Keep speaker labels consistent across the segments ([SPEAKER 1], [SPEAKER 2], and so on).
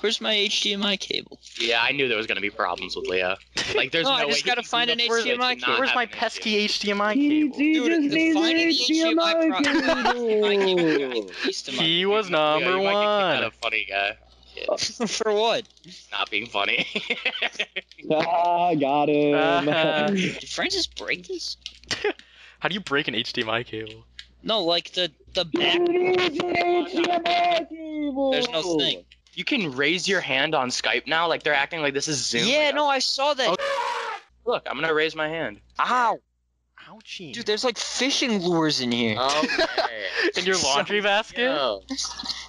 [SPEAKER 1] Where's my HDMI cable?
[SPEAKER 2] Yeah, I knew there was gonna be problems with Leo. Like, there's
[SPEAKER 1] No,
[SPEAKER 2] no
[SPEAKER 1] I
[SPEAKER 2] way
[SPEAKER 1] just
[SPEAKER 2] he
[SPEAKER 1] gotta
[SPEAKER 2] can
[SPEAKER 1] find
[SPEAKER 2] do
[SPEAKER 1] an
[SPEAKER 2] the first
[SPEAKER 1] HDMI
[SPEAKER 2] and not
[SPEAKER 1] cable.
[SPEAKER 3] Where's my
[SPEAKER 2] have an HDMI?
[SPEAKER 3] pesky HDMI
[SPEAKER 4] He,
[SPEAKER 3] cable?
[SPEAKER 4] he
[SPEAKER 1] Dude,
[SPEAKER 4] just
[SPEAKER 1] the
[SPEAKER 4] needs
[SPEAKER 1] finding
[SPEAKER 4] an HDMI
[SPEAKER 1] HDMI
[SPEAKER 4] cable.
[SPEAKER 3] He was
[SPEAKER 2] Leo,
[SPEAKER 3] number
[SPEAKER 2] you might get Kind
[SPEAKER 3] one.
[SPEAKER 2] of funny guy.
[SPEAKER 1] For what?
[SPEAKER 2] Not being funny.
[SPEAKER 4] ah, got him.
[SPEAKER 3] Uh-huh.
[SPEAKER 1] Did Francis break this?
[SPEAKER 3] How do you break an HDMI cable?
[SPEAKER 1] No, like the the back.
[SPEAKER 4] You need an HDMI cable.
[SPEAKER 1] There's no thing.
[SPEAKER 2] you can raise your hand on Skype now. Like they're acting like this is Zoom.
[SPEAKER 1] Yeah,
[SPEAKER 2] Like,
[SPEAKER 1] no, I saw that.
[SPEAKER 2] Look, I'm gonna raise my hand.
[SPEAKER 1] Ow,
[SPEAKER 3] Ouchie.
[SPEAKER 1] dude, there's like fishing lures in here.
[SPEAKER 3] in your laundry basket?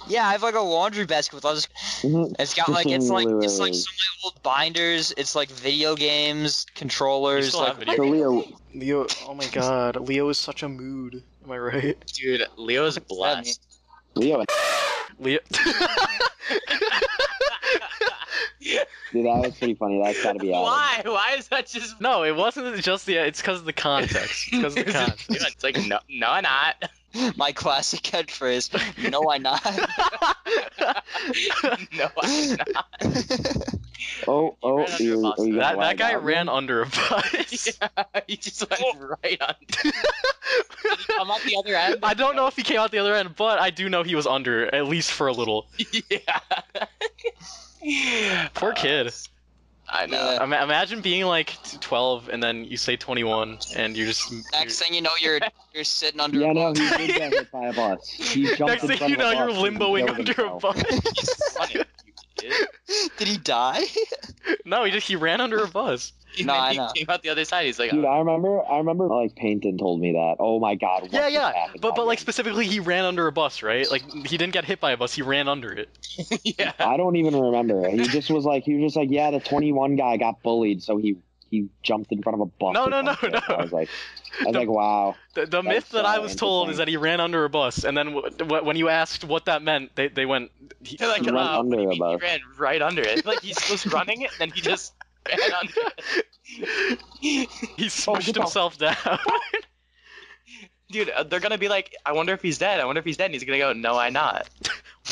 [SPEAKER 1] Yeah, I have like a laundry basket with all this.
[SPEAKER 5] Mm-hmm.
[SPEAKER 1] It's got like it's like it's like so many old binders. It's like video games,
[SPEAKER 3] You
[SPEAKER 1] controllers.
[SPEAKER 3] still
[SPEAKER 1] Like
[SPEAKER 3] have video-
[SPEAKER 5] So Leo,
[SPEAKER 3] Leo, oh my god, Leo is such a mood. Am I right?
[SPEAKER 2] Dude, Leo's blessed.
[SPEAKER 5] Leo,
[SPEAKER 3] Leo.
[SPEAKER 5] dude, that was pretty funny. That's gotta be out.
[SPEAKER 2] Why? Why is that just?
[SPEAKER 3] no, it wasn't just the. It's because of the context. It's because of the context.
[SPEAKER 2] Dude, it's like no, no, I'm not.
[SPEAKER 1] my classic catchphrase. No, I not.
[SPEAKER 2] No, I'm not.
[SPEAKER 5] Oh,
[SPEAKER 2] You ran
[SPEAKER 5] oh,
[SPEAKER 2] under a
[SPEAKER 5] you,
[SPEAKER 2] bus.
[SPEAKER 5] oh, you
[SPEAKER 3] that
[SPEAKER 5] got
[SPEAKER 3] that
[SPEAKER 5] lagged
[SPEAKER 3] guy
[SPEAKER 5] out.
[SPEAKER 3] ran under a bus.
[SPEAKER 2] he just went right on. Did he come out the other end?
[SPEAKER 3] I don't know if he came out the other end, but I do know he was under at least for a little.
[SPEAKER 2] yeah.
[SPEAKER 3] Poor kid.
[SPEAKER 2] I know.
[SPEAKER 1] Yeah.
[SPEAKER 3] Ima- imagine being like t- 12 and then you say 21 and you're just.
[SPEAKER 1] Next thing you know, you're you're sitting under.
[SPEAKER 5] Yeah,
[SPEAKER 1] a
[SPEAKER 5] no,
[SPEAKER 1] bus.
[SPEAKER 5] he did get hit by a bus. He
[SPEAKER 3] you're-
[SPEAKER 5] jumped
[SPEAKER 3] Next
[SPEAKER 5] in
[SPEAKER 3] thing
[SPEAKER 5] front
[SPEAKER 3] you
[SPEAKER 5] of
[SPEAKER 3] know,
[SPEAKER 5] a
[SPEAKER 3] you're
[SPEAKER 5] bus and killed
[SPEAKER 3] limboing under a
[SPEAKER 5] himself.
[SPEAKER 3] bus.
[SPEAKER 2] Funny, you kid.
[SPEAKER 1] Did he die?
[SPEAKER 3] no, he just he ran under a bus.
[SPEAKER 2] And
[SPEAKER 1] No,
[SPEAKER 2] then
[SPEAKER 1] I
[SPEAKER 2] he
[SPEAKER 1] know.
[SPEAKER 2] came out the other side. He's like,
[SPEAKER 5] Dude, I remember, I remember, like Paynton told me that. Oh my god. What
[SPEAKER 3] Yeah,
[SPEAKER 5] just
[SPEAKER 3] yeah,
[SPEAKER 5] happened
[SPEAKER 3] But
[SPEAKER 5] to
[SPEAKER 3] but
[SPEAKER 5] me?
[SPEAKER 3] like specifically, he ran under a bus, right? Like he didn't get hit by a bus. He ran under it.
[SPEAKER 2] yeah.
[SPEAKER 5] I don't even remember. He just was like, he was just like, yeah, the 21 guy got bullied, so he he jumped in front of a bus.
[SPEAKER 3] No,
[SPEAKER 5] or
[SPEAKER 3] no, no,
[SPEAKER 5] something.
[SPEAKER 3] no.
[SPEAKER 5] I was like, I was
[SPEAKER 3] The-
[SPEAKER 5] like, wow.
[SPEAKER 3] The, the myth that
[SPEAKER 5] uh,
[SPEAKER 3] I was told is
[SPEAKER 5] interesting.
[SPEAKER 3] that he ran under a bus, and then w- w- when you asked what that meant, they, they went. He,
[SPEAKER 2] They're like,
[SPEAKER 5] He ran
[SPEAKER 2] uh, what do you
[SPEAKER 5] under
[SPEAKER 2] mean
[SPEAKER 5] a
[SPEAKER 2] he
[SPEAKER 5] bus.
[SPEAKER 2] ran right under it. Like he was running it, and then he just ran under it.
[SPEAKER 3] he smushed
[SPEAKER 5] the-
[SPEAKER 3] himself down.
[SPEAKER 2] Dude, uh, they're gonna be like, I wonder if he's dead. I wonder if he's dead. And he's gonna go, No, I not.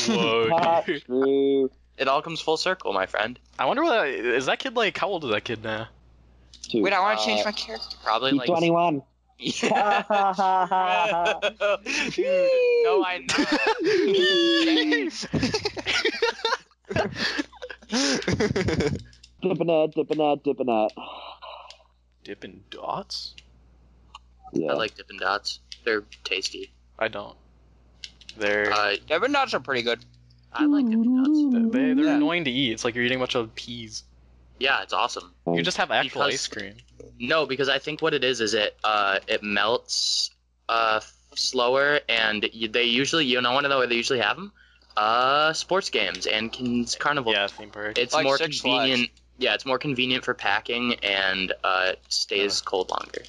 [SPEAKER 3] Whoa.
[SPEAKER 5] Not
[SPEAKER 3] dude.
[SPEAKER 5] true.
[SPEAKER 2] It all comes full circle, my friend.
[SPEAKER 3] I wonder what is that kid like? How old is that kid now?
[SPEAKER 5] Dude,
[SPEAKER 1] Wait, I want
[SPEAKER 2] Uh,
[SPEAKER 1] to change my character.
[SPEAKER 2] Probably
[SPEAKER 5] he's
[SPEAKER 2] like.
[SPEAKER 5] 21.
[SPEAKER 2] Dude, no, I not.
[SPEAKER 5] Dipping that, dipping that, dipping that.
[SPEAKER 3] Dippin' dots?
[SPEAKER 5] Yeah.
[SPEAKER 2] I like Dippin' Dots. They're tasty.
[SPEAKER 3] I don't. They're
[SPEAKER 2] Uh,
[SPEAKER 1] Devin nuts are pretty good.
[SPEAKER 2] I like Dippin' Dots.
[SPEAKER 3] they, they're
[SPEAKER 1] yeah.
[SPEAKER 3] annoying to eat. It's like you're eating a bunch of peas.
[SPEAKER 2] Yeah, it's awesome.
[SPEAKER 3] You just have actual
[SPEAKER 2] Because-
[SPEAKER 3] ice cream.
[SPEAKER 2] No, because I think what it is is it uh it melts uh f- slower, and you, they usually you know want to know where they usually have them? Uh, sports games and can, carnival.
[SPEAKER 3] Yeah, theme park.
[SPEAKER 2] it's
[SPEAKER 1] Like
[SPEAKER 2] more
[SPEAKER 1] Six
[SPEAKER 2] convenient. Yeah, it's more convenient for packing and uh it stays cold longer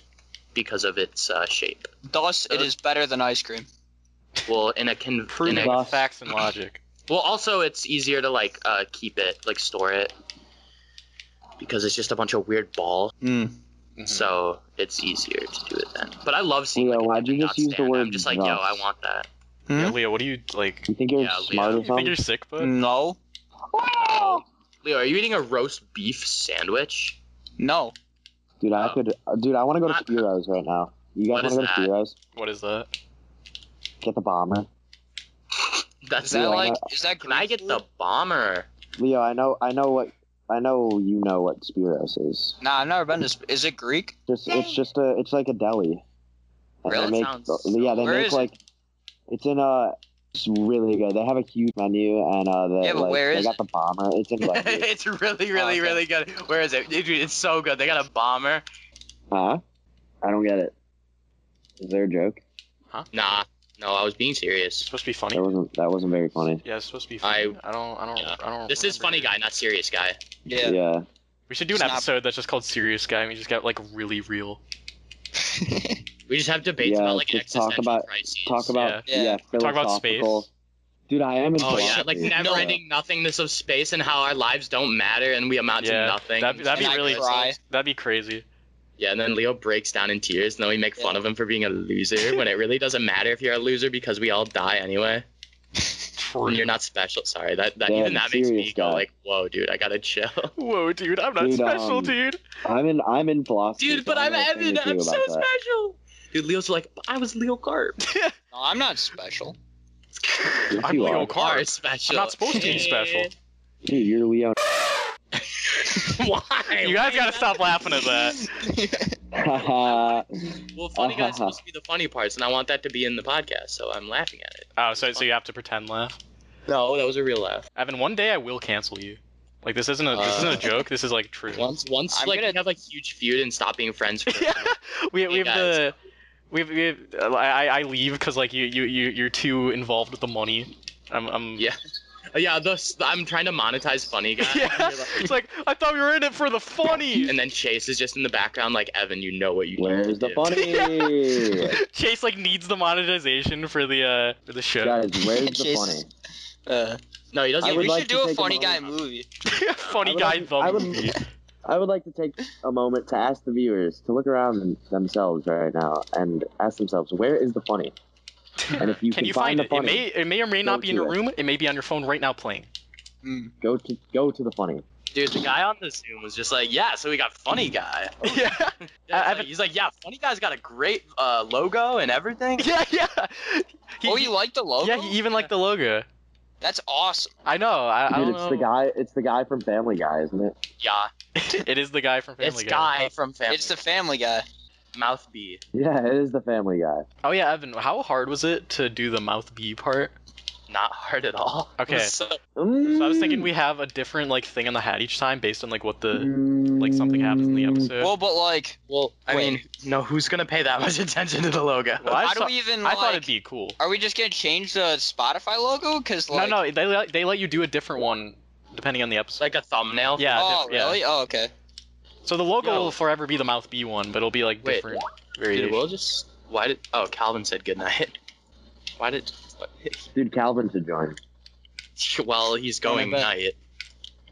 [SPEAKER 2] because of its uh, shape.
[SPEAKER 1] Thus,
[SPEAKER 2] Uh,
[SPEAKER 1] it is better than ice cream.
[SPEAKER 2] Well, in a con in
[SPEAKER 3] Proving
[SPEAKER 2] a,
[SPEAKER 5] Dots.
[SPEAKER 3] facts and logic.
[SPEAKER 2] well also it's easier to like uh keep it like store it because it's just a bunch of weird balls.
[SPEAKER 3] Mhm.
[SPEAKER 2] So it's easier to do it then. But I love seeing.
[SPEAKER 5] Mm-hmm. Leo,
[SPEAKER 2] like, a
[SPEAKER 5] why'd you
[SPEAKER 2] Dippin' Dots
[SPEAKER 5] just use the
[SPEAKER 2] stand.
[SPEAKER 5] word
[SPEAKER 2] I'm just like, yo,
[SPEAKER 5] nuts?
[SPEAKER 2] I want that.
[SPEAKER 3] yeah, Leo, what do you like?
[SPEAKER 5] You think you're
[SPEAKER 2] Yeah,
[SPEAKER 5] smart
[SPEAKER 2] Leo.
[SPEAKER 5] or
[SPEAKER 3] You think
[SPEAKER 5] something?
[SPEAKER 3] you're sick, bud?
[SPEAKER 1] No,
[SPEAKER 2] Leo, are you eating a roast beef sandwich?
[SPEAKER 1] no.
[SPEAKER 5] Dude, I
[SPEAKER 2] Oh.
[SPEAKER 5] could. Dude, I want to go
[SPEAKER 2] Not-
[SPEAKER 5] to Spiro's right now. You
[SPEAKER 2] What
[SPEAKER 5] guys want
[SPEAKER 2] is
[SPEAKER 5] to go to
[SPEAKER 2] that?
[SPEAKER 5] Spiro's?
[SPEAKER 3] What is that?
[SPEAKER 5] Get the bomber.
[SPEAKER 1] Is
[SPEAKER 2] That's
[SPEAKER 1] that
[SPEAKER 5] Yeah, I
[SPEAKER 1] like?
[SPEAKER 5] know.
[SPEAKER 1] Is that?
[SPEAKER 2] Can I
[SPEAKER 1] Greek
[SPEAKER 2] get
[SPEAKER 1] food?
[SPEAKER 2] the bomber?
[SPEAKER 5] Leo, I know, I know what, I know you know what Spiro's is.
[SPEAKER 1] Nah, I've never been to. Sp- Is it Greek?
[SPEAKER 5] Just it's just a it's like a deli. And
[SPEAKER 2] Really?
[SPEAKER 5] They make,
[SPEAKER 2] Sounds so-
[SPEAKER 5] yeah, they
[SPEAKER 1] Where
[SPEAKER 5] make
[SPEAKER 1] is it?
[SPEAKER 5] like it's in a it's really good. They have a huge menu and uh they
[SPEAKER 1] Yeah, but
[SPEAKER 5] like
[SPEAKER 1] where
[SPEAKER 5] they
[SPEAKER 1] is
[SPEAKER 5] got
[SPEAKER 1] it?
[SPEAKER 5] the bomber. It's in like
[SPEAKER 2] it's really, really,
[SPEAKER 1] okay.
[SPEAKER 2] really good. Where is it? Dude, it's so good. They got a bomber.
[SPEAKER 5] huh? I don't get it. Is there a joke?
[SPEAKER 2] Nah, no, I was being
[SPEAKER 3] It's
[SPEAKER 2] serious.
[SPEAKER 3] supposed to be funny.
[SPEAKER 5] That wasn't that wasn't very funny.
[SPEAKER 3] Yeah, it's supposed to be
[SPEAKER 2] I-
[SPEAKER 3] funny. I, don't, I don't,
[SPEAKER 2] yeah.
[SPEAKER 3] I don't.
[SPEAKER 2] This is
[SPEAKER 3] remember.
[SPEAKER 2] funny guy, not serious guy.
[SPEAKER 1] Yeah.
[SPEAKER 3] We should do
[SPEAKER 1] It's
[SPEAKER 3] an
[SPEAKER 1] not-
[SPEAKER 3] episode that's just called Serious Guy, and we just got like really real.
[SPEAKER 2] We just have debates
[SPEAKER 5] Yeah,
[SPEAKER 2] about like
[SPEAKER 5] just talk
[SPEAKER 2] existential
[SPEAKER 5] about-
[SPEAKER 2] crises.
[SPEAKER 5] Talk about
[SPEAKER 1] Yeah.
[SPEAKER 5] yeah,
[SPEAKER 3] Talk about
[SPEAKER 5] philosophical-
[SPEAKER 3] space.
[SPEAKER 5] Dude, I am in
[SPEAKER 2] Oh yeah,
[SPEAKER 5] philosophy,
[SPEAKER 2] like
[SPEAKER 5] so-
[SPEAKER 2] never ending nothingness of space and how our lives don't matter and we amount
[SPEAKER 3] Yeah,
[SPEAKER 2] to nothing.
[SPEAKER 3] that'd be- that'd be
[SPEAKER 1] And I
[SPEAKER 3] really-
[SPEAKER 1] cry.
[SPEAKER 3] That'd be crazy.
[SPEAKER 2] Yeah, and then Leo breaks down in tears, and then we make fun of him for being a loser when it really doesn't matter if you're a loser because we all die anyway.
[SPEAKER 3] true.
[SPEAKER 2] You're not special. Sorry. That, that
[SPEAKER 5] Yeah,
[SPEAKER 2] even that makes
[SPEAKER 5] serious
[SPEAKER 2] me go
[SPEAKER 5] guy.
[SPEAKER 2] like, whoa, dude, I gotta chill.
[SPEAKER 3] Whoa, dude, I'm not
[SPEAKER 5] Dude,
[SPEAKER 3] special,
[SPEAKER 5] um,
[SPEAKER 3] dude.
[SPEAKER 5] I'm in. I'm in philosophy.
[SPEAKER 2] dude,
[SPEAKER 5] so
[SPEAKER 2] but
[SPEAKER 5] I
[SPEAKER 2] I'm
[SPEAKER 5] know a
[SPEAKER 2] Evan.
[SPEAKER 5] thing or two
[SPEAKER 2] I'm so
[SPEAKER 5] about that.
[SPEAKER 2] special. Dude, Leo's like, "But I was Leo Carp.
[SPEAKER 1] No, I'm not special.
[SPEAKER 5] Yes,
[SPEAKER 3] I'm
[SPEAKER 5] you
[SPEAKER 3] Leo
[SPEAKER 5] are.
[SPEAKER 2] You are
[SPEAKER 3] Carp.
[SPEAKER 2] special.
[SPEAKER 3] I'm not supposed to be special.
[SPEAKER 5] Dude, you're Leo.
[SPEAKER 2] Why?
[SPEAKER 3] You guys gotta stop laughing at that.
[SPEAKER 5] Haha.
[SPEAKER 2] Well, funny guy's supposed to be the funny parts, and I want that to be in the podcast, so I'm laughing at it.
[SPEAKER 3] Oh, so so you have to pretend laugh.
[SPEAKER 2] No, that was a real laugh.
[SPEAKER 3] Evan, one day I will cancel you. Like this isn't a this isn't a
[SPEAKER 2] Uh.
[SPEAKER 3] joke. This is like true.
[SPEAKER 2] Once, once,
[SPEAKER 1] I'm
[SPEAKER 2] like
[SPEAKER 1] gonna-
[SPEAKER 2] we have like huge feud and stop being friends. For
[SPEAKER 3] yeah, we, we
[SPEAKER 2] Hey,
[SPEAKER 3] have the we have, we have I I- I leave because like you you you you're too involved with the money. I'm I'm
[SPEAKER 2] Yeah. yeah. Thus, I'm trying to monetize funny guy.
[SPEAKER 3] Yeah. It's like I thought we were in it for the funny.
[SPEAKER 2] And then Chase is just in the background, like Evan, you know what you. need
[SPEAKER 5] Where's
[SPEAKER 2] to
[SPEAKER 5] the
[SPEAKER 2] do."
[SPEAKER 5] funny?
[SPEAKER 3] Chase like needs the monetization for the uh for the show.
[SPEAKER 5] Guys, where's the
[SPEAKER 1] Chase-
[SPEAKER 5] funny?
[SPEAKER 1] Uh,
[SPEAKER 2] No, he doesn't.
[SPEAKER 5] I
[SPEAKER 1] yeah,
[SPEAKER 5] would
[SPEAKER 1] we
[SPEAKER 5] like
[SPEAKER 1] should
[SPEAKER 5] to
[SPEAKER 1] do a
[SPEAKER 5] take a
[SPEAKER 1] funny guy
[SPEAKER 5] moment.
[SPEAKER 1] movie.
[SPEAKER 5] I
[SPEAKER 3] funny
[SPEAKER 5] would
[SPEAKER 3] guy
[SPEAKER 5] like- I would-
[SPEAKER 3] movie.
[SPEAKER 5] I would like to take a moment to ask the viewers to look around them- themselves right now and ask themselves, where is the funny? And if you
[SPEAKER 3] can,
[SPEAKER 5] can
[SPEAKER 3] you find
[SPEAKER 5] find the
[SPEAKER 3] it? It
[SPEAKER 5] funny,
[SPEAKER 3] may it may or may
[SPEAKER 5] go
[SPEAKER 3] not be in
[SPEAKER 5] to
[SPEAKER 3] your
[SPEAKER 5] it.
[SPEAKER 3] room. It may be on your phone right now playing.
[SPEAKER 2] Hmm.
[SPEAKER 5] Go to go to the funny.
[SPEAKER 2] Dude, the guy on the Zoom was just like, yeah, so we got funny guy.
[SPEAKER 5] Oh,
[SPEAKER 3] Yeah.
[SPEAKER 2] Yeah, he's
[SPEAKER 3] I- I've-
[SPEAKER 2] like- he's like, yeah, funny guy's got a great uh, logo and everything.
[SPEAKER 3] Yeah, yeah. He-
[SPEAKER 1] oh,
[SPEAKER 3] he-
[SPEAKER 1] you like the logo?
[SPEAKER 3] Yeah, he even liked the logo.
[SPEAKER 1] That's awesome.
[SPEAKER 3] I know. I, I
[SPEAKER 5] Dude,
[SPEAKER 3] don't
[SPEAKER 5] it's
[SPEAKER 3] know.
[SPEAKER 5] the guy. It's the guy from Family Guy, isn't it?
[SPEAKER 2] Yeah,
[SPEAKER 3] it is the guy from Family
[SPEAKER 2] it's
[SPEAKER 3] Guy.
[SPEAKER 2] guy from Family.
[SPEAKER 1] It's the Family Guy.
[SPEAKER 2] mouth B.
[SPEAKER 5] Yeah, it is the Family Guy.
[SPEAKER 3] Oh yeah, Evan. How hard was it to do the mouth B part?
[SPEAKER 2] Not hard at all.
[SPEAKER 3] Okay.
[SPEAKER 2] So,
[SPEAKER 3] So I was thinking we have a different like thing on the hat each time based on like what the
[SPEAKER 5] Mm.
[SPEAKER 3] like something happens in the episode.
[SPEAKER 1] Well, but like,
[SPEAKER 2] well, I
[SPEAKER 1] Wait.
[SPEAKER 2] mean, no, who's gonna pay that much attention to the logo?
[SPEAKER 3] Well, I
[SPEAKER 1] how do
[SPEAKER 3] saw-
[SPEAKER 1] we even?
[SPEAKER 3] I
[SPEAKER 1] like,
[SPEAKER 3] thought it'd be cool.
[SPEAKER 1] Are we just gonna change the Spotify logo? Cause like,
[SPEAKER 3] no, no, they let- they let you do a different one depending on the
[SPEAKER 2] It's
[SPEAKER 3] episode.
[SPEAKER 2] like a thumbnail.
[SPEAKER 3] Yeah,
[SPEAKER 1] oh,
[SPEAKER 3] diff- yeah.
[SPEAKER 1] really? Oh, okay.
[SPEAKER 3] So the logo
[SPEAKER 2] No.
[SPEAKER 3] will forever be the mouth B one, but it'll be like
[SPEAKER 2] Wait.
[SPEAKER 3] different
[SPEAKER 2] Dude,
[SPEAKER 3] variations.
[SPEAKER 2] we'll just. Why did? Oh, Calvin said goodnight. Why did? What,
[SPEAKER 5] dude Calvin should join.
[SPEAKER 2] well, he's going
[SPEAKER 1] Yeah, I
[SPEAKER 2] night.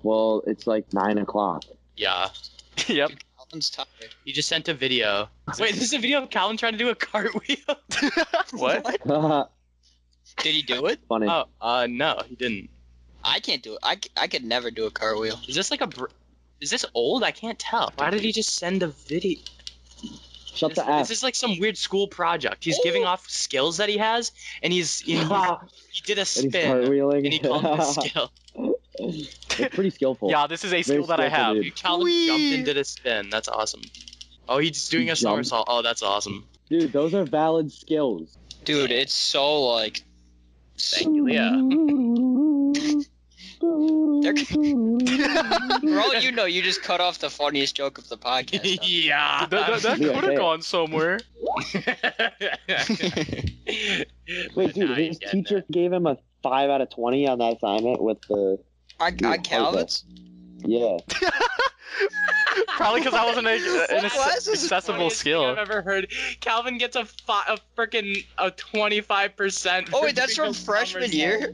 [SPEAKER 5] Well, it's like nine o'clock.
[SPEAKER 2] Yeah.
[SPEAKER 3] yep.
[SPEAKER 1] Calvin's tired.
[SPEAKER 2] He just sent a video. Wait, this is a video of Calvin trying to do a cartwheel.
[SPEAKER 3] What?
[SPEAKER 5] funny.
[SPEAKER 1] Did he do it?
[SPEAKER 2] Oh, uh, no, he didn't.
[SPEAKER 1] I can't do it. I, c- I could never do a cartwheel.
[SPEAKER 2] Is this like a? Br- is this old? I can't tell. Why did he just send a video?
[SPEAKER 5] Shut
[SPEAKER 2] this,
[SPEAKER 5] the ass.
[SPEAKER 2] this is like some weird school project. He's giving off skills that he has, and he's he, he did a
[SPEAKER 5] and he's
[SPEAKER 2] spin,
[SPEAKER 5] cartwheeling.
[SPEAKER 2] and he called it a skill.
[SPEAKER 5] it's pretty skillful.
[SPEAKER 3] Yeah, this is a skill that I
[SPEAKER 5] skillful,
[SPEAKER 3] have.
[SPEAKER 5] dude.
[SPEAKER 2] Dude, Calvin jumped
[SPEAKER 3] Whee!
[SPEAKER 2] and did a spin. That's awesome. Oh, he's doing a
[SPEAKER 5] He jumped.
[SPEAKER 2] somersault. Oh, that's awesome.
[SPEAKER 5] Dude, those are valid skills.
[SPEAKER 1] Dude, it's so like.
[SPEAKER 2] Thank you, Leah.
[SPEAKER 1] They're- For all you know, you just cut off the funniest joke of the podcast. huh?
[SPEAKER 2] yeah.
[SPEAKER 3] That, that, that
[SPEAKER 5] Yeah,
[SPEAKER 3] could
[SPEAKER 5] say
[SPEAKER 3] have
[SPEAKER 5] it.
[SPEAKER 3] gone somewhere.
[SPEAKER 5] Wait, dude,
[SPEAKER 2] Nah,
[SPEAKER 5] his
[SPEAKER 2] yeah,
[SPEAKER 5] teacher gave him a five out of twenty on that assignment with the
[SPEAKER 1] On,
[SPEAKER 5] Dude,
[SPEAKER 1] on Calvin's?
[SPEAKER 5] yeah.
[SPEAKER 3] Probably because I wasn't a, an
[SPEAKER 1] What class
[SPEAKER 3] ac-
[SPEAKER 1] is this
[SPEAKER 3] accessible skill.
[SPEAKER 2] I've ever heard. Calvin gets a fi- a freaking a twenty five percent.
[SPEAKER 1] Oh, wait, that's from freshman year?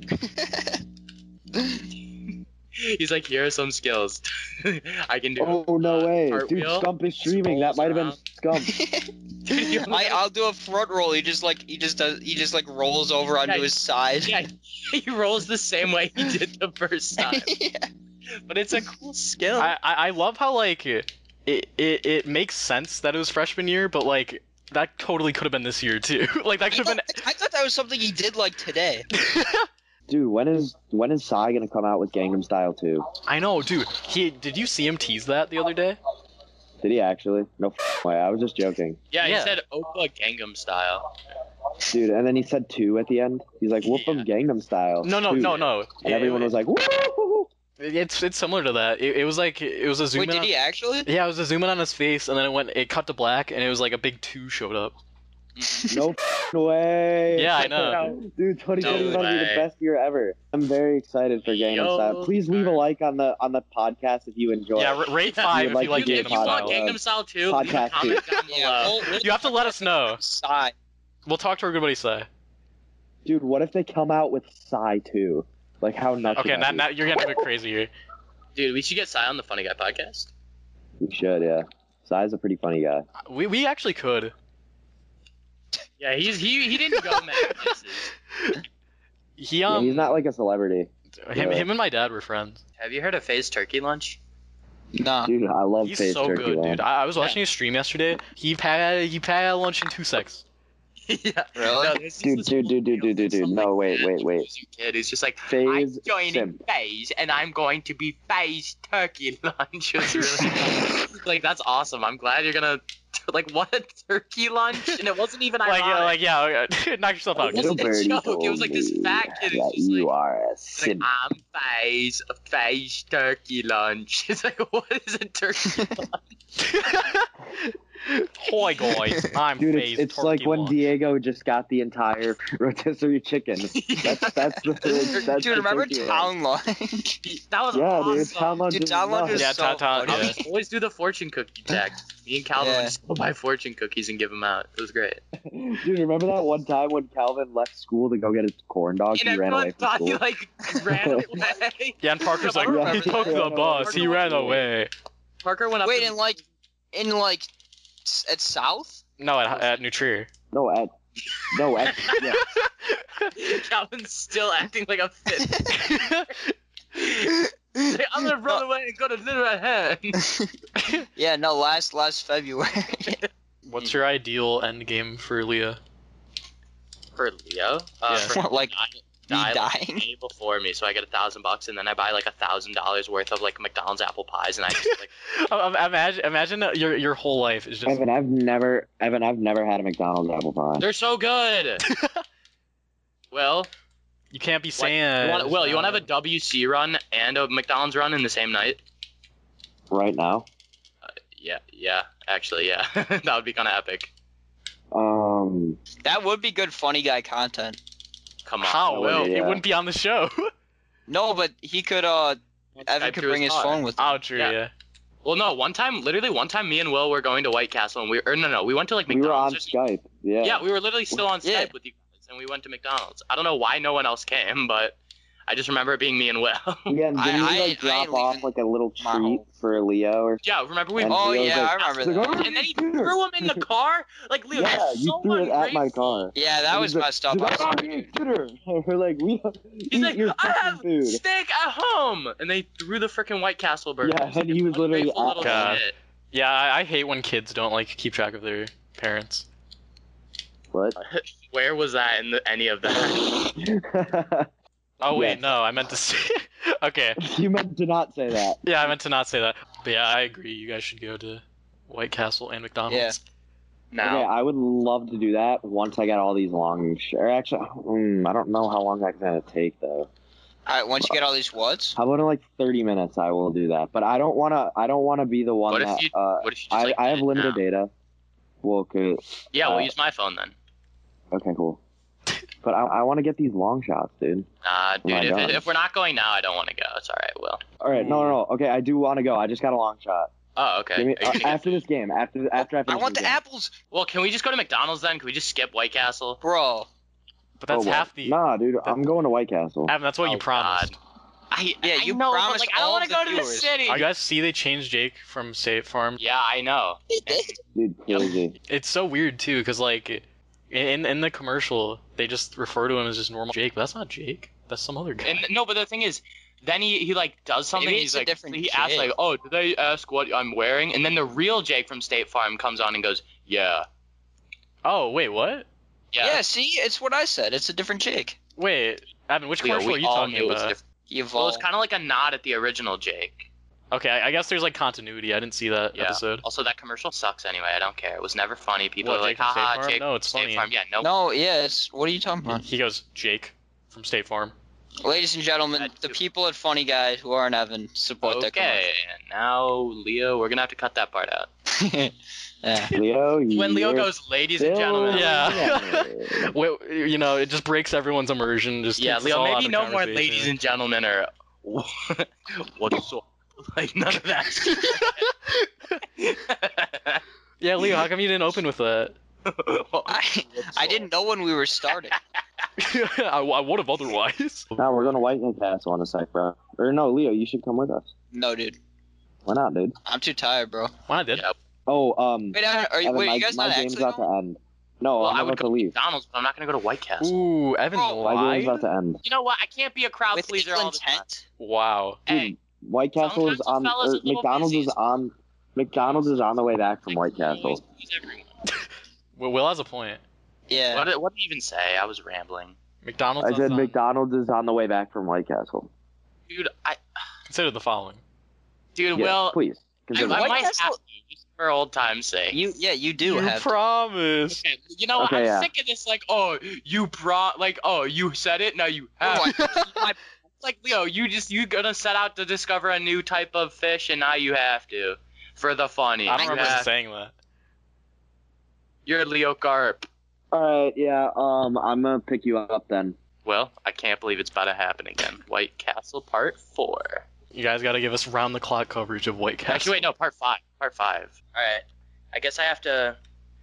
[SPEAKER 2] He's like, here are some skills. I can do.
[SPEAKER 5] Oh no
[SPEAKER 2] uh,
[SPEAKER 5] way, dude!
[SPEAKER 2] cartwheel.
[SPEAKER 5] Scump is streaming. That
[SPEAKER 2] rolls
[SPEAKER 5] might have been
[SPEAKER 2] around.
[SPEAKER 5] Scump.
[SPEAKER 2] you
[SPEAKER 1] I, I'll do a front roll. He just like he just does he just like rolls over onto
[SPEAKER 2] Yeah,
[SPEAKER 1] his side.
[SPEAKER 2] Yeah, he rolls the same way he did the first time. But it's a cool skill.
[SPEAKER 3] I, I I love how like it, it it makes sense that it was freshman year, but like that totally could have been this year too. like that
[SPEAKER 1] I,
[SPEAKER 3] could have
[SPEAKER 1] thought,
[SPEAKER 3] been.
[SPEAKER 1] I thought that was something he did like today.
[SPEAKER 5] Dude, when is when is Psy gonna come out with Gangnam Style 2?
[SPEAKER 3] I know, dude. He did you see him tease that the other day?
[SPEAKER 5] Did he actually? No f- way. I was just joking,
[SPEAKER 2] yeah,
[SPEAKER 3] yeah.
[SPEAKER 2] he said Opa Gangnam style.
[SPEAKER 5] dude. And then he said two at the end. He's like, "Whoop 'em, Gangnam Style."
[SPEAKER 3] No, no,
[SPEAKER 5] two."
[SPEAKER 3] no, no.
[SPEAKER 5] And everyone was like, "Woo!"
[SPEAKER 3] It- it's it's similar to that. It, it was like it was a zoom
[SPEAKER 1] Wait,
[SPEAKER 3] in.
[SPEAKER 1] did
[SPEAKER 3] on-
[SPEAKER 1] he actually?
[SPEAKER 3] yeah, it was a zoom in on his face, and then it went. It cut to black, and it was like a big two showed up.
[SPEAKER 5] No f- way.
[SPEAKER 3] Yeah, I know.
[SPEAKER 5] Dude, 2020 is
[SPEAKER 2] No
[SPEAKER 5] gonna be the
[SPEAKER 2] way.
[SPEAKER 5] best year ever. I'm very excited for Gangnam
[SPEAKER 2] Yo.
[SPEAKER 5] Style. Please leave a like on the on the podcast if you enjoy.
[SPEAKER 3] Yeah, r- rate five
[SPEAKER 5] like
[SPEAKER 3] if you like
[SPEAKER 5] to
[SPEAKER 2] if
[SPEAKER 3] Gangnam
[SPEAKER 2] you want
[SPEAKER 5] podcast.
[SPEAKER 3] Style.
[SPEAKER 2] Gangnam Style too, leave a
[SPEAKER 5] Podcast
[SPEAKER 2] comment down
[SPEAKER 1] Yeah.
[SPEAKER 2] below.
[SPEAKER 1] We'll, we'll
[SPEAKER 3] You have to let us know.
[SPEAKER 1] side.
[SPEAKER 3] We'll talk to our good buddy Sai.
[SPEAKER 5] Dude, what if they come out with Psy too? Like how nuts?
[SPEAKER 3] Okay,
[SPEAKER 5] would
[SPEAKER 3] now,
[SPEAKER 5] that
[SPEAKER 3] now you're getting a bit crazy here.
[SPEAKER 2] Dude, we should get Sai on the Funny Guy podcast.
[SPEAKER 5] be? we should. Yeah, Psy's a pretty funny guy.
[SPEAKER 3] We we actually could.
[SPEAKER 2] Yeah, he's he he didn't go mad.
[SPEAKER 3] He
[SPEAKER 5] Yeah,
[SPEAKER 3] um
[SPEAKER 5] he's not like a celebrity.
[SPEAKER 3] him,
[SPEAKER 5] yeah.
[SPEAKER 3] him and my dad were friends.
[SPEAKER 2] Have you heard of Phase Turkey Lunch? Uh,
[SPEAKER 1] Nah.
[SPEAKER 5] Dude, I love
[SPEAKER 3] He's
[SPEAKER 5] Faith
[SPEAKER 3] so
[SPEAKER 5] Turkey.
[SPEAKER 3] good,
[SPEAKER 5] man.
[SPEAKER 3] dude. I, I was watching his stream yesterday. He packed he packed out lunch in two secs.
[SPEAKER 2] yeah.
[SPEAKER 1] Really?
[SPEAKER 2] No, there's just
[SPEAKER 5] Dude,
[SPEAKER 2] this
[SPEAKER 5] dude,
[SPEAKER 2] whole
[SPEAKER 5] dude, dude,
[SPEAKER 2] deal.
[SPEAKER 5] dude, dude,
[SPEAKER 2] Some,
[SPEAKER 5] dude.
[SPEAKER 2] like,
[SPEAKER 5] No, wait, wait, wait.
[SPEAKER 2] Asian Kid who's just like I'm
[SPEAKER 5] Phase
[SPEAKER 2] joining
[SPEAKER 5] simp.
[SPEAKER 2] Phase, and I'm going to be Phase Turkey Lunch. It's really like that's awesome. I'm glad you're gonna like what a turkey lunch, and it wasn't even
[SPEAKER 3] Like,
[SPEAKER 2] ironic.
[SPEAKER 3] yeah, like yeah, okay. knock yourself out.
[SPEAKER 2] It wasn't
[SPEAKER 3] Kid.
[SPEAKER 2] a
[SPEAKER 5] Birdie
[SPEAKER 2] joke, it
[SPEAKER 5] told
[SPEAKER 2] was like this
[SPEAKER 5] me
[SPEAKER 2] fat kid who's
[SPEAKER 5] that
[SPEAKER 2] just
[SPEAKER 5] you
[SPEAKER 2] like-
[SPEAKER 5] are a
[SPEAKER 2] It's like,
[SPEAKER 5] simp.
[SPEAKER 2] I'm phase, phase turkey lunch. It's like, what is a turkey?
[SPEAKER 3] Hoi goi, I'm
[SPEAKER 5] Dude,
[SPEAKER 3] phased
[SPEAKER 5] it's, it's
[SPEAKER 3] turkey
[SPEAKER 5] like when
[SPEAKER 3] lunch.
[SPEAKER 5] Diego just got the entire rotisserie chicken. That's that's the that's the
[SPEAKER 1] Dude, remember
[SPEAKER 5] turkey roll.
[SPEAKER 1] Town Lunch?
[SPEAKER 2] that was
[SPEAKER 5] Yeah,
[SPEAKER 2] awesome.
[SPEAKER 5] dude, Tom Lunch
[SPEAKER 1] Dude,
[SPEAKER 5] is
[SPEAKER 1] Town Lunch
[SPEAKER 5] nuts.
[SPEAKER 1] is
[SPEAKER 3] Yeah,
[SPEAKER 1] so
[SPEAKER 3] Town- Town-
[SPEAKER 1] funny.
[SPEAKER 3] yeah.
[SPEAKER 2] Always, always do the fortune cookie tag. Me and Calvin
[SPEAKER 1] Yeah.
[SPEAKER 2] would just go buy fortune cookies and give them out. It was great.
[SPEAKER 5] Dude, remember that one time when Calvin left school to go get his corn dog?
[SPEAKER 2] and
[SPEAKER 5] he ran away
[SPEAKER 2] everyone
[SPEAKER 5] from
[SPEAKER 2] thought he like
[SPEAKER 5] school.
[SPEAKER 2] ran away.
[SPEAKER 3] Yeah, and Parker's like,
[SPEAKER 1] Yeah,
[SPEAKER 3] he
[SPEAKER 1] he
[SPEAKER 3] took
[SPEAKER 5] ran
[SPEAKER 3] the
[SPEAKER 5] away.
[SPEAKER 3] bus, he
[SPEAKER 2] Parker
[SPEAKER 3] ran
[SPEAKER 2] ran
[SPEAKER 3] away.
[SPEAKER 2] Parker went up.
[SPEAKER 1] Wait,
[SPEAKER 2] and-
[SPEAKER 1] in like, in like, s- at South?
[SPEAKER 3] No, at, at Nutrier.
[SPEAKER 5] No, at no, at yeah.
[SPEAKER 2] Calvin's still acting like a fit. He's like, I'm gonna run away and go to little ahead.
[SPEAKER 1] Yeah, no, last last February.
[SPEAKER 3] What's your ideal end game for Leah?
[SPEAKER 2] For Leo, uh,
[SPEAKER 3] Yeah.
[SPEAKER 2] for
[SPEAKER 1] What, like,
[SPEAKER 2] I-
[SPEAKER 1] me
[SPEAKER 2] die, like, the
[SPEAKER 1] dying?
[SPEAKER 2] day before me, so I get a thousand bucks, and then I buy like a thousand dollars worth of like McDonald's apple pies, and I just like
[SPEAKER 3] Um, imagine, imagine that your your whole life is just
[SPEAKER 5] Evan, I've never Evan, I've never had a McDonald's apple pie.
[SPEAKER 2] they're so good. Will,
[SPEAKER 3] you can't be
[SPEAKER 2] what-
[SPEAKER 3] saying.
[SPEAKER 2] you wanna, Will, you want to have a WC run and a McDonald's run in the same night?
[SPEAKER 5] Right now.
[SPEAKER 2] Yeah, yeah, actually, yeah, that would be kind of epic.
[SPEAKER 5] Um
[SPEAKER 1] That would be good funny guy content.
[SPEAKER 2] Come on,
[SPEAKER 3] How?
[SPEAKER 5] Oh,
[SPEAKER 3] Will?
[SPEAKER 5] yeah.
[SPEAKER 3] It wouldn't be on the show.
[SPEAKER 1] No, but he could uh Evan
[SPEAKER 2] Type
[SPEAKER 1] could
[SPEAKER 2] to
[SPEAKER 1] bring his
[SPEAKER 2] car.
[SPEAKER 1] phone with him.
[SPEAKER 3] oh, true. Yeah.
[SPEAKER 2] Yeah. Well, no, one time, literally one time, me and Will were going to White Castle, and we or no, no, we went to like
[SPEAKER 5] we were on
[SPEAKER 2] McDonald's. or something.
[SPEAKER 5] Skype. Yeah.
[SPEAKER 2] yeah, we were literally still on Skype
[SPEAKER 1] Yeah.
[SPEAKER 2] with you guys, and we went to McDonald's. I don't know why no one else came, but I just remember it being me and Will.
[SPEAKER 5] Yeah, and
[SPEAKER 1] I-
[SPEAKER 5] didn't
[SPEAKER 1] I-
[SPEAKER 5] we like
[SPEAKER 1] I ain't
[SPEAKER 5] drop off
[SPEAKER 1] leaving
[SPEAKER 5] like a little
[SPEAKER 1] my
[SPEAKER 5] treat
[SPEAKER 1] home.
[SPEAKER 5] for Leo or
[SPEAKER 2] Yeah, remember we
[SPEAKER 5] And
[SPEAKER 1] Oh
[SPEAKER 5] Leo's
[SPEAKER 1] yeah,
[SPEAKER 5] like-
[SPEAKER 1] I remember
[SPEAKER 5] He's like,
[SPEAKER 1] that.
[SPEAKER 5] "Oh,
[SPEAKER 2] and then he
[SPEAKER 5] Dude.
[SPEAKER 2] threw him in the car. Like Leo,
[SPEAKER 5] Yeah,
[SPEAKER 2] that's
[SPEAKER 5] you
[SPEAKER 2] so
[SPEAKER 5] threw it at my
[SPEAKER 2] ungrateful.
[SPEAKER 5] car.
[SPEAKER 1] Yeah, that was
[SPEAKER 5] He's like,
[SPEAKER 1] messed up.
[SPEAKER 5] "Dude,
[SPEAKER 1] I'm
[SPEAKER 5] I don't
[SPEAKER 1] sorry,
[SPEAKER 5] eat
[SPEAKER 1] dude.
[SPEAKER 5] dinner." And we're like, we don't
[SPEAKER 2] He's
[SPEAKER 5] eat
[SPEAKER 2] like,
[SPEAKER 5] your
[SPEAKER 2] I have
[SPEAKER 5] fucking food.
[SPEAKER 2] steak at home, and they threw the freaking White Castle burger.
[SPEAKER 5] Yeah, and he was literally
[SPEAKER 2] Ungrateful
[SPEAKER 5] at-
[SPEAKER 2] little
[SPEAKER 3] God.
[SPEAKER 2] shit.
[SPEAKER 3] Yeah, I, I hate when kids don't like keep track of their parents.
[SPEAKER 5] What?
[SPEAKER 2] Where was that in the, any of that?
[SPEAKER 3] Oh wait,
[SPEAKER 5] Yeah.
[SPEAKER 3] no, I meant to say. okay,
[SPEAKER 5] you meant to not say that.
[SPEAKER 3] yeah, I meant to not say that. But yeah, I agree. You guys should go to White Castle and McDonald's.
[SPEAKER 5] Okay,
[SPEAKER 2] now,
[SPEAKER 5] I would love to do that once I get all these long. Sh- or actually, mm, I don't know how long that's gonna take though.
[SPEAKER 1] Alright, once you get all these woods.
[SPEAKER 5] How about in like 30 minutes? I will do that. But I don't wanna. I don't wanna be the one
[SPEAKER 2] What if
[SPEAKER 5] that.
[SPEAKER 2] you-
[SPEAKER 5] uh,
[SPEAKER 2] what if you just
[SPEAKER 5] I,
[SPEAKER 2] like
[SPEAKER 5] I
[SPEAKER 2] did
[SPEAKER 5] have
[SPEAKER 2] it
[SPEAKER 5] limited
[SPEAKER 2] now?
[SPEAKER 5] data. Well, okay,
[SPEAKER 2] Yeah, we'll
[SPEAKER 5] uh,
[SPEAKER 2] use my phone then.
[SPEAKER 5] okay, cool. But I, I want to get these long shots, dude.
[SPEAKER 2] Nah,
[SPEAKER 5] Oh my
[SPEAKER 2] dude, if,
[SPEAKER 5] God.
[SPEAKER 2] if we're not going now, I don't want to go. It's all right, Will.
[SPEAKER 5] All right, no, no, no. Okay, I do want to go. I just got a long shot.
[SPEAKER 2] Oh, okay.
[SPEAKER 5] Give me,
[SPEAKER 2] Are you
[SPEAKER 5] uh,
[SPEAKER 2] gonna get-
[SPEAKER 5] after this game, after after I
[SPEAKER 1] I
[SPEAKER 5] finish
[SPEAKER 1] want
[SPEAKER 5] this
[SPEAKER 1] the
[SPEAKER 5] game.
[SPEAKER 1] apples,
[SPEAKER 2] well, can we just go to McDonald's then? Can we just skip White Castle?
[SPEAKER 1] bro.
[SPEAKER 3] But that's
[SPEAKER 5] Oh, well.
[SPEAKER 3] half the.
[SPEAKER 5] Nah, dude, I'm going to White Castle.
[SPEAKER 3] Evan, that's what
[SPEAKER 2] Oh,
[SPEAKER 3] you promised.
[SPEAKER 2] I
[SPEAKER 1] Yeah,
[SPEAKER 2] I
[SPEAKER 1] you
[SPEAKER 2] know, but,
[SPEAKER 1] promised
[SPEAKER 2] like, I
[SPEAKER 1] all
[SPEAKER 2] don't
[SPEAKER 1] of
[SPEAKER 2] wanna
[SPEAKER 1] the
[SPEAKER 2] go to the
[SPEAKER 1] viewers.
[SPEAKER 2] city.
[SPEAKER 3] Oh, you guys see they changed Jake from State Farm.
[SPEAKER 2] Yeah, I know.
[SPEAKER 5] Dude,
[SPEAKER 2] Yep.
[SPEAKER 5] crazy.
[SPEAKER 3] It's so weird too, because like, in in the commercial they just refer to him as just normal Jake, but that's not Jake. That's some other guy.
[SPEAKER 2] And no, but the thing is, then he, he like does something.
[SPEAKER 1] Maybe
[SPEAKER 2] He's
[SPEAKER 1] it's a
[SPEAKER 2] like
[SPEAKER 1] different
[SPEAKER 2] he asks
[SPEAKER 1] Jake.
[SPEAKER 2] like, oh, did they ask what I'm wearing? And then the real Jake from State Farm comes on and goes, yeah,
[SPEAKER 3] oh wait, what?
[SPEAKER 2] yeah.
[SPEAKER 1] Yeah, see, it's what I said. It's a different Jake.
[SPEAKER 3] Wait, Evan, which
[SPEAKER 2] Leo,
[SPEAKER 3] commercial
[SPEAKER 2] we
[SPEAKER 3] are you
[SPEAKER 2] all
[SPEAKER 3] talking
[SPEAKER 2] knew it was
[SPEAKER 3] about?
[SPEAKER 2] different.
[SPEAKER 1] He
[SPEAKER 2] Well,
[SPEAKER 1] evolved.
[SPEAKER 2] it's kind of like a nod at the original Jake.
[SPEAKER 3] Okay, I, I guess there's like continuity. I didn't see that
[SPEAKER 2] Yeah.
[SPEAKER 3] episode.
[SPEAKER 2] Also, that commercial sucks anyway. I don't care. It was never funny. People
[SPEAKER 3] What,
[SPEAKER 2] are like,
[SPEAKER 3] Jake from State
[SPEAKER 2] haha,
[SPEAKER 3] Farm?
[SPEAKER 2] Jake
[SPEAKER 3] No,
[SPEAKER 2] from
[SPEAKER 3] it's
[SPEAKER 2] State
[SPEAKER 3] funny.
[SPEAKER 2] Farm. Yeah, no.
[SPEAKER 1] no, yeah, it's what are you talking about?
[SPEAKER 3] He goes Jake from State Farm.
[SPEAKER 1] Ladies and gentlemen,
[SPEAKER 2] That
[SPEAKER 1] the
[SPEAKER 2] too.
[SPEAKER 1] people at Funny Guy who aren't Evan support their
[SPEAKER 2] okay, and now Leo, we're gonna have to cut that part out.
[SPEAKER 1] commercial. yeah.
[SPEAKER 5] Leo,
[SPEAKER 2] When Leo
[SPEAKER 5] you're
[SPEAKER 2] goes, ladies and
[SPEAKER 5] still
[SPEAKER 2] gentlemen.
[SPEAKER 3] Yeah.
[SPEAKER 5] young."
[SPEAKER 3] Wait, you know, it just breaks everyone's immersion. Just
[SPEAKER 2] Yeah,
[SPEAKER 3] takes us all
[SPEAKER 2] Leo,
[SPEAKER 3] out
[SPEAKER 2] maybe
[SPEAKER 3] of
[SPEAKER 2] no more
[SPEAKER 3] conversation.
[SPEAKER 2] ladies and gentlemen or what's up? Like none of that.
[SPEAKER 3] Yeah, Leo, how come you didn't open with that?
[SPEAKER 1] I, I didn't know when we were starting.
[SPEAKER 3] I, would have otherwise.
[SPEAKER 5] Now we're going to White Castle in a sec, bro. Or no, Leo, you should come with us.
[SPEAKER 1] No, dude,
[SPEAKER 5] Why not, dude?
[SPEAKER 1] I'm too tired, bro.
[SPEAKER 3] Why did?
[SPEAKER 2] Yeah.
[SPEAKER 5] Oh, um,
[SPEAKER 1] Wait, are, are you,
[SPEAKER 5] Evan,
[SPEAKER 1] wait,
[SPEAKER 5] my,
[SPEAKER 1] you guys
[SPEAKER 5] my
[SPEAKER 1] not
[SPEAKER 5] game's
[SPEAKER 1] actually?
[SPEAKER 5] about
[SPEAKER 1] going?
[SPEAKER 5] to end. No,
[SPEAKER 2] well,
[SPEAKER 5] I'm
[SPEAKER 2] I
[SPEAKER 5] about
[SPEAKER 2] would
[SPEAKER 5] to
[SPEAKER 2] go to
[SPEAKER 5] leave.
[SPEAKER 2] McDonald's, but I'm not gonna go to White Castle.
[SPEAKER 3] Ooh, Evan
[SPEAKER 2] Oh,
[SPEAKER 5] My
[SPEAKER 3] lied.
[SPEAKER 5] game's about to end.
[SPEAKER 2] You know what? I can't be a crowd
[SPEAKER 1] With
[SPEAKER 2] pleaser
[SPEAKER 1] equal
[SPEAKER 2] all the time.
[SPEAKER 1] intent.
[SPEAKER 3] Wow.
[SPEAKER 5] Dude,
[SPEAKER 2] Hey,
[SPEAKER 5] White Castle is
[SPEAKER 2] sometimes
[SPEAKER 5] on.
[SPEAKER 2] the fellas
[SPEAKER 5] or
[SPEAKER 2] are little
[SPEAKER 5] McDonald's is
[SPEAKER 2] pussies.
[SPEAKER 5] on. McDonald's is on the way back from
[SPEAKER 2] like,
[SPEAKER 5] White
[SPEAKER 2] you always
[SPEAKER 5] Castle.
[SPEAKER 2] please everyone.
[SPEAKER 3] Well, Will has a point.
[SPEAKER 1] Yeah.
[SPEAKER 2] What, did- what did he even say? I was rambling.
[SPEAKER 3] McDonald's.
[SPEAKER 5] I said
[SPEAKER 3] on-
[SPEAKER 5] McDonald's is on the way back from White Castle.
[SPEAKER 2] Dude, I,
[SPEAKER 3] Consider the following.
[SPEAKER 2] dude,
[SPEAKER 5] Yes,
[SPEAKER 2] Will, I,
[SPEAKER 5] please.
[SPEAKER 2] I
[SPEAKER 5] Consider
[SPEAKER 1] White
[SPEAKER 5] it.
[SPEAKER 2] might have
[SPEAKER 1] Castle-
[SPEAKER 2] to, just for old time's sake.
[SPEAKER 1] You yeah you do
[SPEAKER 3] you
[SPEAKER 1] have.
[SPEAKER 3] promise.
[SPEAKER 2] Okay, you know what?
[SPEAKER 5] Okay,
[SPEAKER 2] I'm
[SPEAKER 5] yeah.
[SPEAKER 2] sick of this. Like, oh, you brought, like, oh, you said it. Now you have.
[SPEAKER 1] Oh,
[SPEAKER 2] it. It's like, Leo, you just you gonna set out to discover a new type of fish, and now you have to for the funny.
[SPEAKER 3] I don't
[SPEAKER 2] You
[SPEAKER 3] remember
[SPEAKER 2] have-
[SPEAKER 3] saying that.
[SPEAKER 2] You're Leo Garp.
[SPEAKER 5] All right, yeah. Um, I'm gonna pick you up then.
[SPEAKER 2] Well, I can't believe it's about to happen again. White Castle Part Four.
[SPEAKER 3] You guys got to give us round the clock coverage of White Castle.
[SPEAKER 2] Actually, wait, no, Part Five. Part Five. All right. I guess I have to.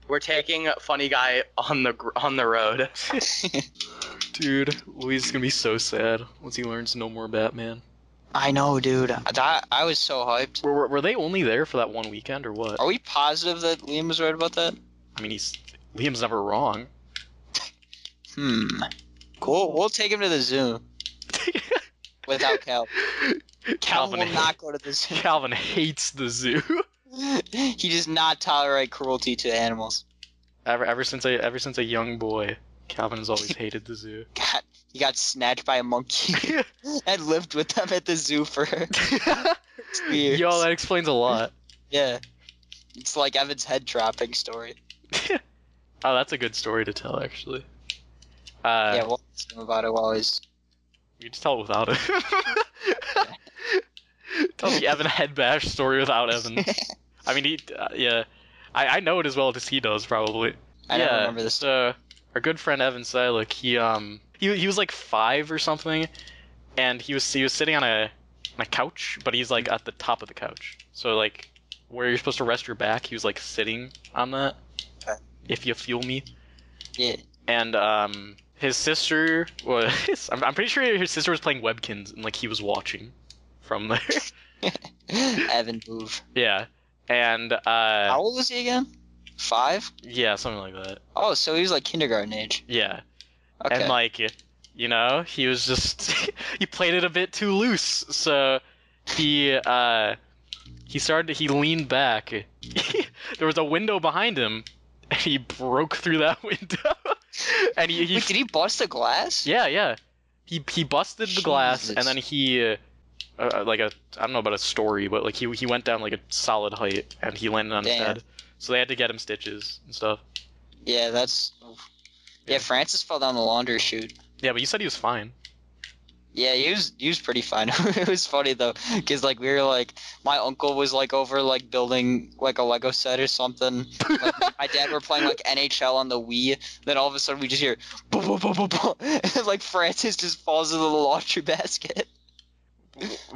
[SPEAKER 2] We're taking Funny Guy on the gr- on the road.
[SPEAKER 3] Dude, Louis is gonna be so sad once he learns no more Batman.
[SPEAKER 1] I know, dude. That I was so hyped.
[SPEAKER 3] Were, were, were they only there for that one weekend or what?
[SPEAKER 2] Oh.
[SPEAKER 1] Are we positive that Liam was right about that?
[SPEAKER 3] I mean, he's Liam's never wrong.
[SPEAKER 1] Hmm. Cool. We'll take him to the zoo without Cal. Cal
[SPEAKER 3] Calvin,
[SPEAKER 1] will not go to the zoo.
[SPEAKER 3] Calvin hates the zoo.
[SPEAKER 1] he does not tolerate cruelty to animals.
[SPEAKER 3] ever ever since I ever since a young boy, Calvin has always hated the zoo.
[SPEAKER 1] God, he got snatched by a monkey and lived with them at the zoo for years.
[SPEAKER 3] Yo, that explains a lot.
[SPEAKER 1] yeah. It's like Evan's head dropping story.
[SPEAKER 3] Oh, that's a good story to tell, actually. Uh,
[SPEAKER 1] yeah, we'll ask him about it while he's.
[SPEAKER 3] You just tell it without it. tell the Evan headbash story without Evan. I mean, he, uh, yeah, I, I know it as well as he does probably.
[SPEAKER 1] I
[SPEAKER 3] yeah,
[SPEAKER 1] don't remember this.
[SPEAKER 3] So our good friend Evan Silic, he um, he, he was like five or something, and he was he was sitting on a on a couch, but he's like at the top of the couch. So like where you're supposed to rest your back, he was like sitting on that.
[SPEAKER 1] Okay.
[SPEAKER 3] If you feel me
[SPEAKER 1] Yeah.
[SPEAKER 3] and um his sister was I'm, I'm pretty sure his sister was playing webkins and like he was watching from there
[SPEAKER 1] Evan, move.
[SPEAKER 3] yeah and uh
[SPEAKER 1] How old was he again? Five?
[SPEAKER 3] yeah something like that
[SPEAKER 1] Oh, so he was like kindergarten age.
[SPEAKER 3] yeah
[SPEAKER 1] Okay.
[SPEAKER 3] and like you know he was just he played it a bit too loose so he uh he started he leaned back there was a window behind him and he broke through that window and he, he
[SPEAKER 1] Wait, did he bust the glass?
[SPEAKER 3] Yeah, yeah. He he busted the glass and
[SPEAKER 1] Jesus.
[SPEAKER 3] then he uh, uh, like a I don't know about a story, but like he he went down like a solid height and he landed on his
[SPEAKER 1] Damn.
[SPEAKER 3] head. So they had to get him stitches and stuff.
[SPEAKER 1] Yeah, that's. Yeah,
[SPEAKER 3] Yeah.
[SPEAKER 1] Francis fell down the laundry chute.
[SPEAKER 3] Yeah, but you said he was fine.
[SPEAKER 1] Yeah, he was he was pretty fun. it was funny though, because like we were like my uncle was like over like building like a Lego set or something. Like, me and my dad were playing like NHL on the Wii. Then all of a sudden we just hear boom boom boom boom boom, and like Francis just falls into the laundry basket.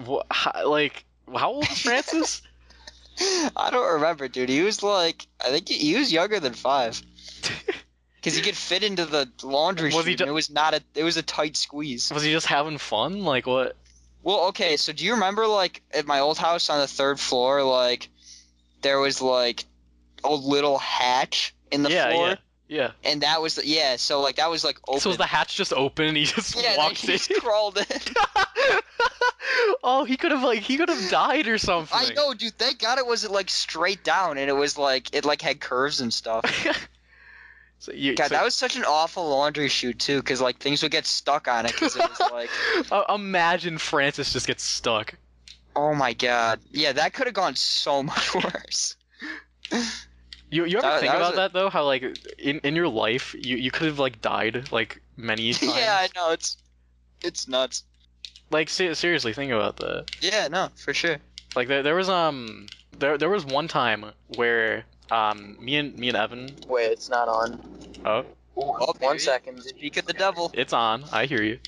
[SPEAKER 3] Wha how, like how old is Francis?
[SPEAKER 1] I don't remember, dude. He was like I think he, he was younger than five. Because he could fit into the laundry
[SPEAKER 3] Was
[SPEAKER 1] chute.
[SPEAKER 3] he
[SPEAKER 1] and
[SPEAKER 3] ju-
[SPEAKER 1] it was not a. It was a tight squeeze.
[SPEAKER 3] was he just having fun? Like what?
[SPEAKER 1] Well, okay, so do you remember like at my old house on the third floor, like there was like a little hatch in the
[SPEAKER 3] yeah,
[SPEAKER 1] floor,
[SPEAKER 3] yeah, yeah.
[SPEAKER 1] and that was the, yeah. So like that was like open.
[SPEAKER 3] So was the hatch just open and he just
[SPEAKER 1] yeah, like,
[SPEAKER 3] walked
[SPEAKER 1] he just
[SPEAKER 3] in?
[SPEAKER 1] crawled in.
[SPEAKER 3] oh, he could have like he could have died or something.
[SPEAKER 1] I know, dude. Thank God it wasn't like straight down, and it was like it like had curves and stuff.
[SPEAKER 3] so you,
[SPEAKER 1] God,
[SPEAKER 3] so-
[SPEAKER 1] that was such an awful laundry chute too, because like things would get stuck on it, because it was like,
[SPEAKER 3] Uh, imagine Francis just gets stuck.
[SPEAKER 1] oh my God, yeah, that could have gone so much worse.
[SPEAKER 3] You, you ever
[SPEAKER 1] That-
[SPEAKER 3] think
[SPEAKER 1] that was
[SPEAKER 3] about
[SPEAKER 1] a-
[SPEAKER 3] that though? How like in, in your life you, you could have like died like many times.
[SPEAKER 1] yeah, I know it's it's nuts.
[SPEAKER 3] Like se- seriously, think about that.
[SPEAKER 1] Yeah, no, for sure.
[SPEAKER 3] Like there, there was um there there was one time where um me and me and Evan
[SPEAKER 6] Wait, it's not on.
[SPEAKER 3] oh
[SPEAKER 1] Oh,
[SPEAKER 6] One
[SPEAKER 1] baby.
[SPEAKER 6] second.
[SPEAKER 1] Speak of the devil.
[SPEAKER 3] it's on I hear you